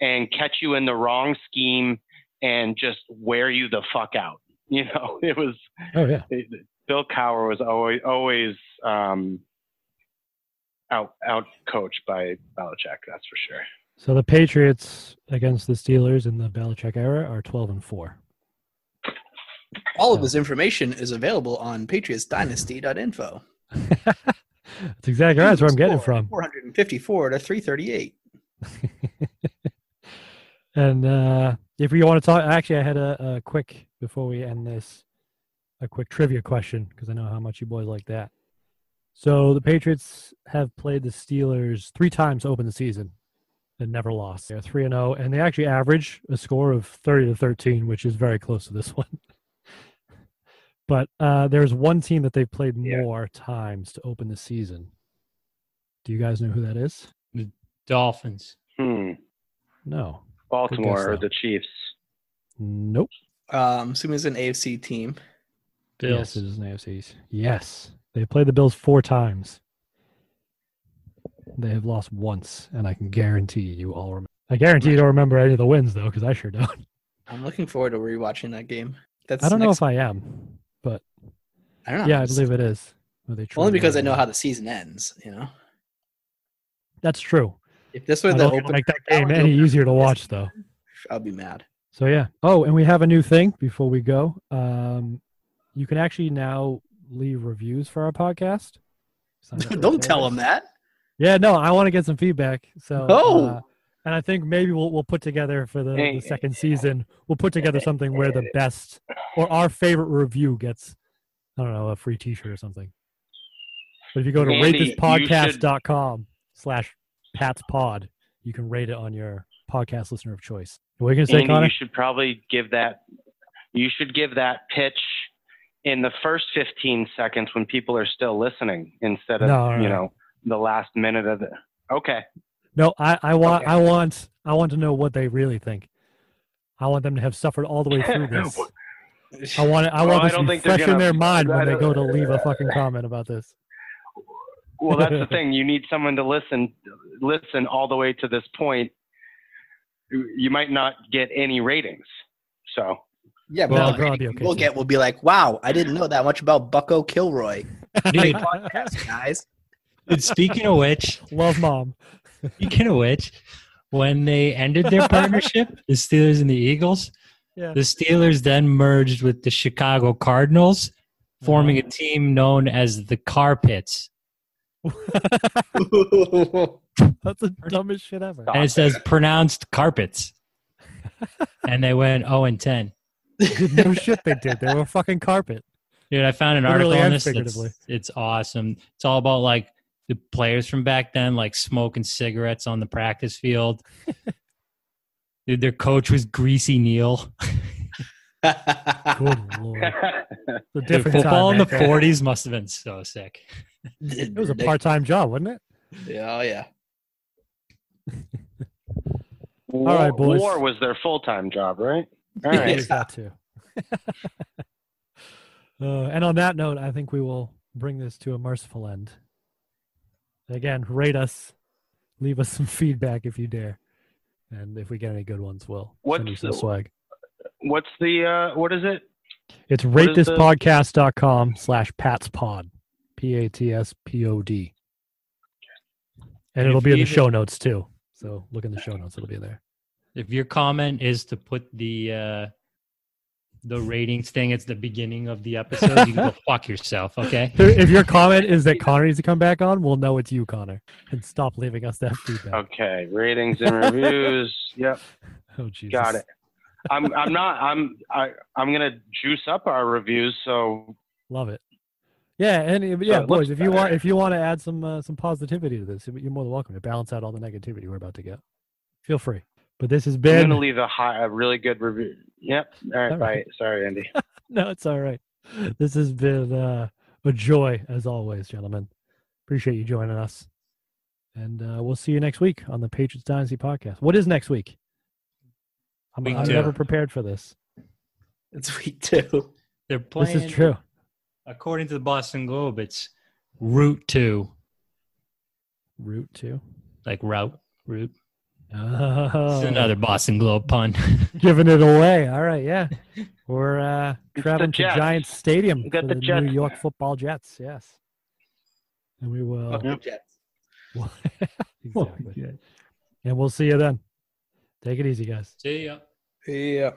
S4: and catch you in the wrong scheme and just wear you the fuck out. You know, it was
S2: Oh yeah,
S4: it- Bill Cower was always always um, out out coached by Belichick. That's for sure.
S2: so the Patriots against the Steelers in the Belichick era are twelve and four.
S5: all of this information is available on patriotsdynasty.info.
S2: That's exactly right. That's where I'm getting it from.
S5: 454 to 338.
S2: and uh, if we want to talk, actually, I had a, a quick before we end this, a quick trivia question because I know how much you boys like that. So the Patriots have played the Steelers three times to open the season and never lost. They're three and zero, and they actually average a score of thirty to thirteen, which is very close to this one. but uh, there's one team that they've played
S4: Yeah.
S2: more times to open the season. Do you guys know who that is?
S3: Dolphins.
S4: Hmm.
S2: No.
S4: Baltimore or
S2: so.
S4: the Chiefs.
S2: Nope.
S5: Um, assuming it's an AFC team.
S3: Bills.
S2: Yes, it is an AFC East. Yes. They played the Bills four times. They have lost once, and I can guarantee you all remember. I guarantee you don't remember any of the wins, though, because I sure don't.
S5: I'm looking forward to rewatching that game. That's
S2: I don't know
S5: next-
S2: if I am, but
S5: I don't know.
S2: yeah, I believe it is. Well, they
S5: Only
S2: truly
S5: because I
S2: are.
S5: know how the season ends. You know,
S2: That's true.
S5: if this were
S2: I
S5: the
S2: don't think it'll
S5: open,
S2: make that
S5: that
S2: game
S5: would
S2: any
S5: open
S2: easier to
S5: this
S2: watch, though.
S5: I'll be mad.
S2: So yeah. Oh, and we have a new thing before we go. Um, you can actually now leave reviews for our podcast. Sign up for
S5: don't
S2: a
S5: tell
S2: service.
S5: them that.
S2: Yeah, no, I want to get some feedback. So,
S5: Oh.
S2: uh, and I think maybe we'll we'll put together for the,
S4: Hey.
S2: the second season. We'll put together something where the best or our favorite review gets, I don't know, a free T-shirt or something. But if you go to
S4: Andy, you
S2: ratethispodcast.com slash Pat's Pod, you can rate it on your podcast listener of choice. What are you gonna say,
S4: Andy,
S2: Connor?
S4: you should probably give that. You should give that pitch in the first 15 seconds when people are still listening, instead of
S2: No, no,
S4: you
S2: no.
S4: know the last minute of the. Okay.
S2: No, I, I want I want I want to know what they really think. I want them to have suffered all the way through this. I want it, I
S4: Well,
S2: want
S4: I
S2: this to
S4: don't
S2: be
S4: think they're
S2: fresh in
S4: gonna- uh,
S2: their mind when
S4: I
S2: they go
S4: don't-
S2: to leave a fucking comment about this.
S4: Well, that's the thing. You need someone to listen, listen all the way to this point. You might not get any ratings. So
S5: Yeah,
S2: Well,
S5: but
S2: I'll probably be Oh, okay
S5: we'll
S2: too.
S5: get. We'll be like, wow, I didn't know that much about Bucko Kilroy.
S3: Dude,
S5: Yes, guys.
S3: dude, speaking of which,
S2: Love mom.
S3: speaking of which, when they ended their partnership, the Steelers and the Eagles,
S2: Yeah.
S3: the Steelers then merged with the Chicago Cardinals, forming
S2: Uh-huh.
S3: a team known as the Carpets.
S2: That's the dumbest shit ever.
S4: Stop.
S3: and it says pronounced carpets. and they went 0 and 10.
S2: no shit they did. They were fucking carpet.
S3: Dude, I found an
S2: Literally
S3: article on
S2: and
S3: this. It's,
S2: figuratively.
S3: it's awesome. It's all about like the players from back then, like smoking cigarettes on the practice field. Dude, their coach was Greasy Neal.
S2: Good lord. The
S3: Dude,
S2: different
S3: football in
S2: time,
S3: the
S2: man.
S3: 40s must have been so sick.
S2: It was a part-time job, wasn't it?
S5: Yeah, oh yeah.
S4: War,
S2: right, boys.
S4: war was their full time job, right? All
S2: Yeah,
S4: right.
S2: we've got to. uh, and on that note, I think we will bring this to a merciful end. Again, rate us, leave us some feedback if you dare, and if we get any good ones, we'll
S4: What's
S2: send you some
S4: the-
S2: swag.
S4: What's the uh, what is it?
S2: It's
S4: what is the-
S2: ratethispodcast.com slash patspod, P-A-T-S-P-O-D. And it'll
S3: If
S2: be in the
S3: you-
S2: show notes too. So look in the show notes; it'll be there.
S3: If your comment is to put the uh the ratings thing at the beginning of the episode, you can go fuck yourself, okay?
S2: If your comment is that Connor needs to come back on, we'll know it's you, Connor, and stop leaving us that feedback.
S4: Okay, ratings and reviews. yep,
S2: Oh, Jesus.
S4: got it. I'm I'm not I'm I I'm gonna juice up our reviews. So
S2: Love it. Yeah, and if- yeah,
S4: it looks
S2: boys, if you want
S4: better.
S2: if you want to add some uh, some positivity to this, you're more than welcome to balance out all the negativity we're about to get. Feel free. But this has
S4: I'm
S2: been
S4: gonna leave a high a really good review. Yep. All right.
S2: All
S4: bye.
S2: right.
S4: Sorry, Andy.
S2: no, it's all right. This has been uh, a joy as always, gentlemen. Appreciate you joining us, and uh, we'll see you next week on the Patriots Dynasty podcast. What is next week? I'm,
S3: Week
S2: I'm
S3: two.
S2: never prepared for this.
S5: It's week two.
S3: They're playing
S2: This is true.
S3: according to the Boston Globe, it's route two.
S2: Route two.
S3: Like route route.
S2: Oh.
S3: It's another Boston Globe pun.
S2: giving it away. All right, yeah. We're uh,
S4: the
S2: traveling to
S4: Jets.
S2: Giants Stadium
S4: You got
S2: for the,
S4: the Jets.
S2: New York Football Jets. Yes, and we will
S5: Fuck the Jets.
S2: exactly. And we'll see you then. Take it easy, guys.
S3: See ya.
S5: Yeah.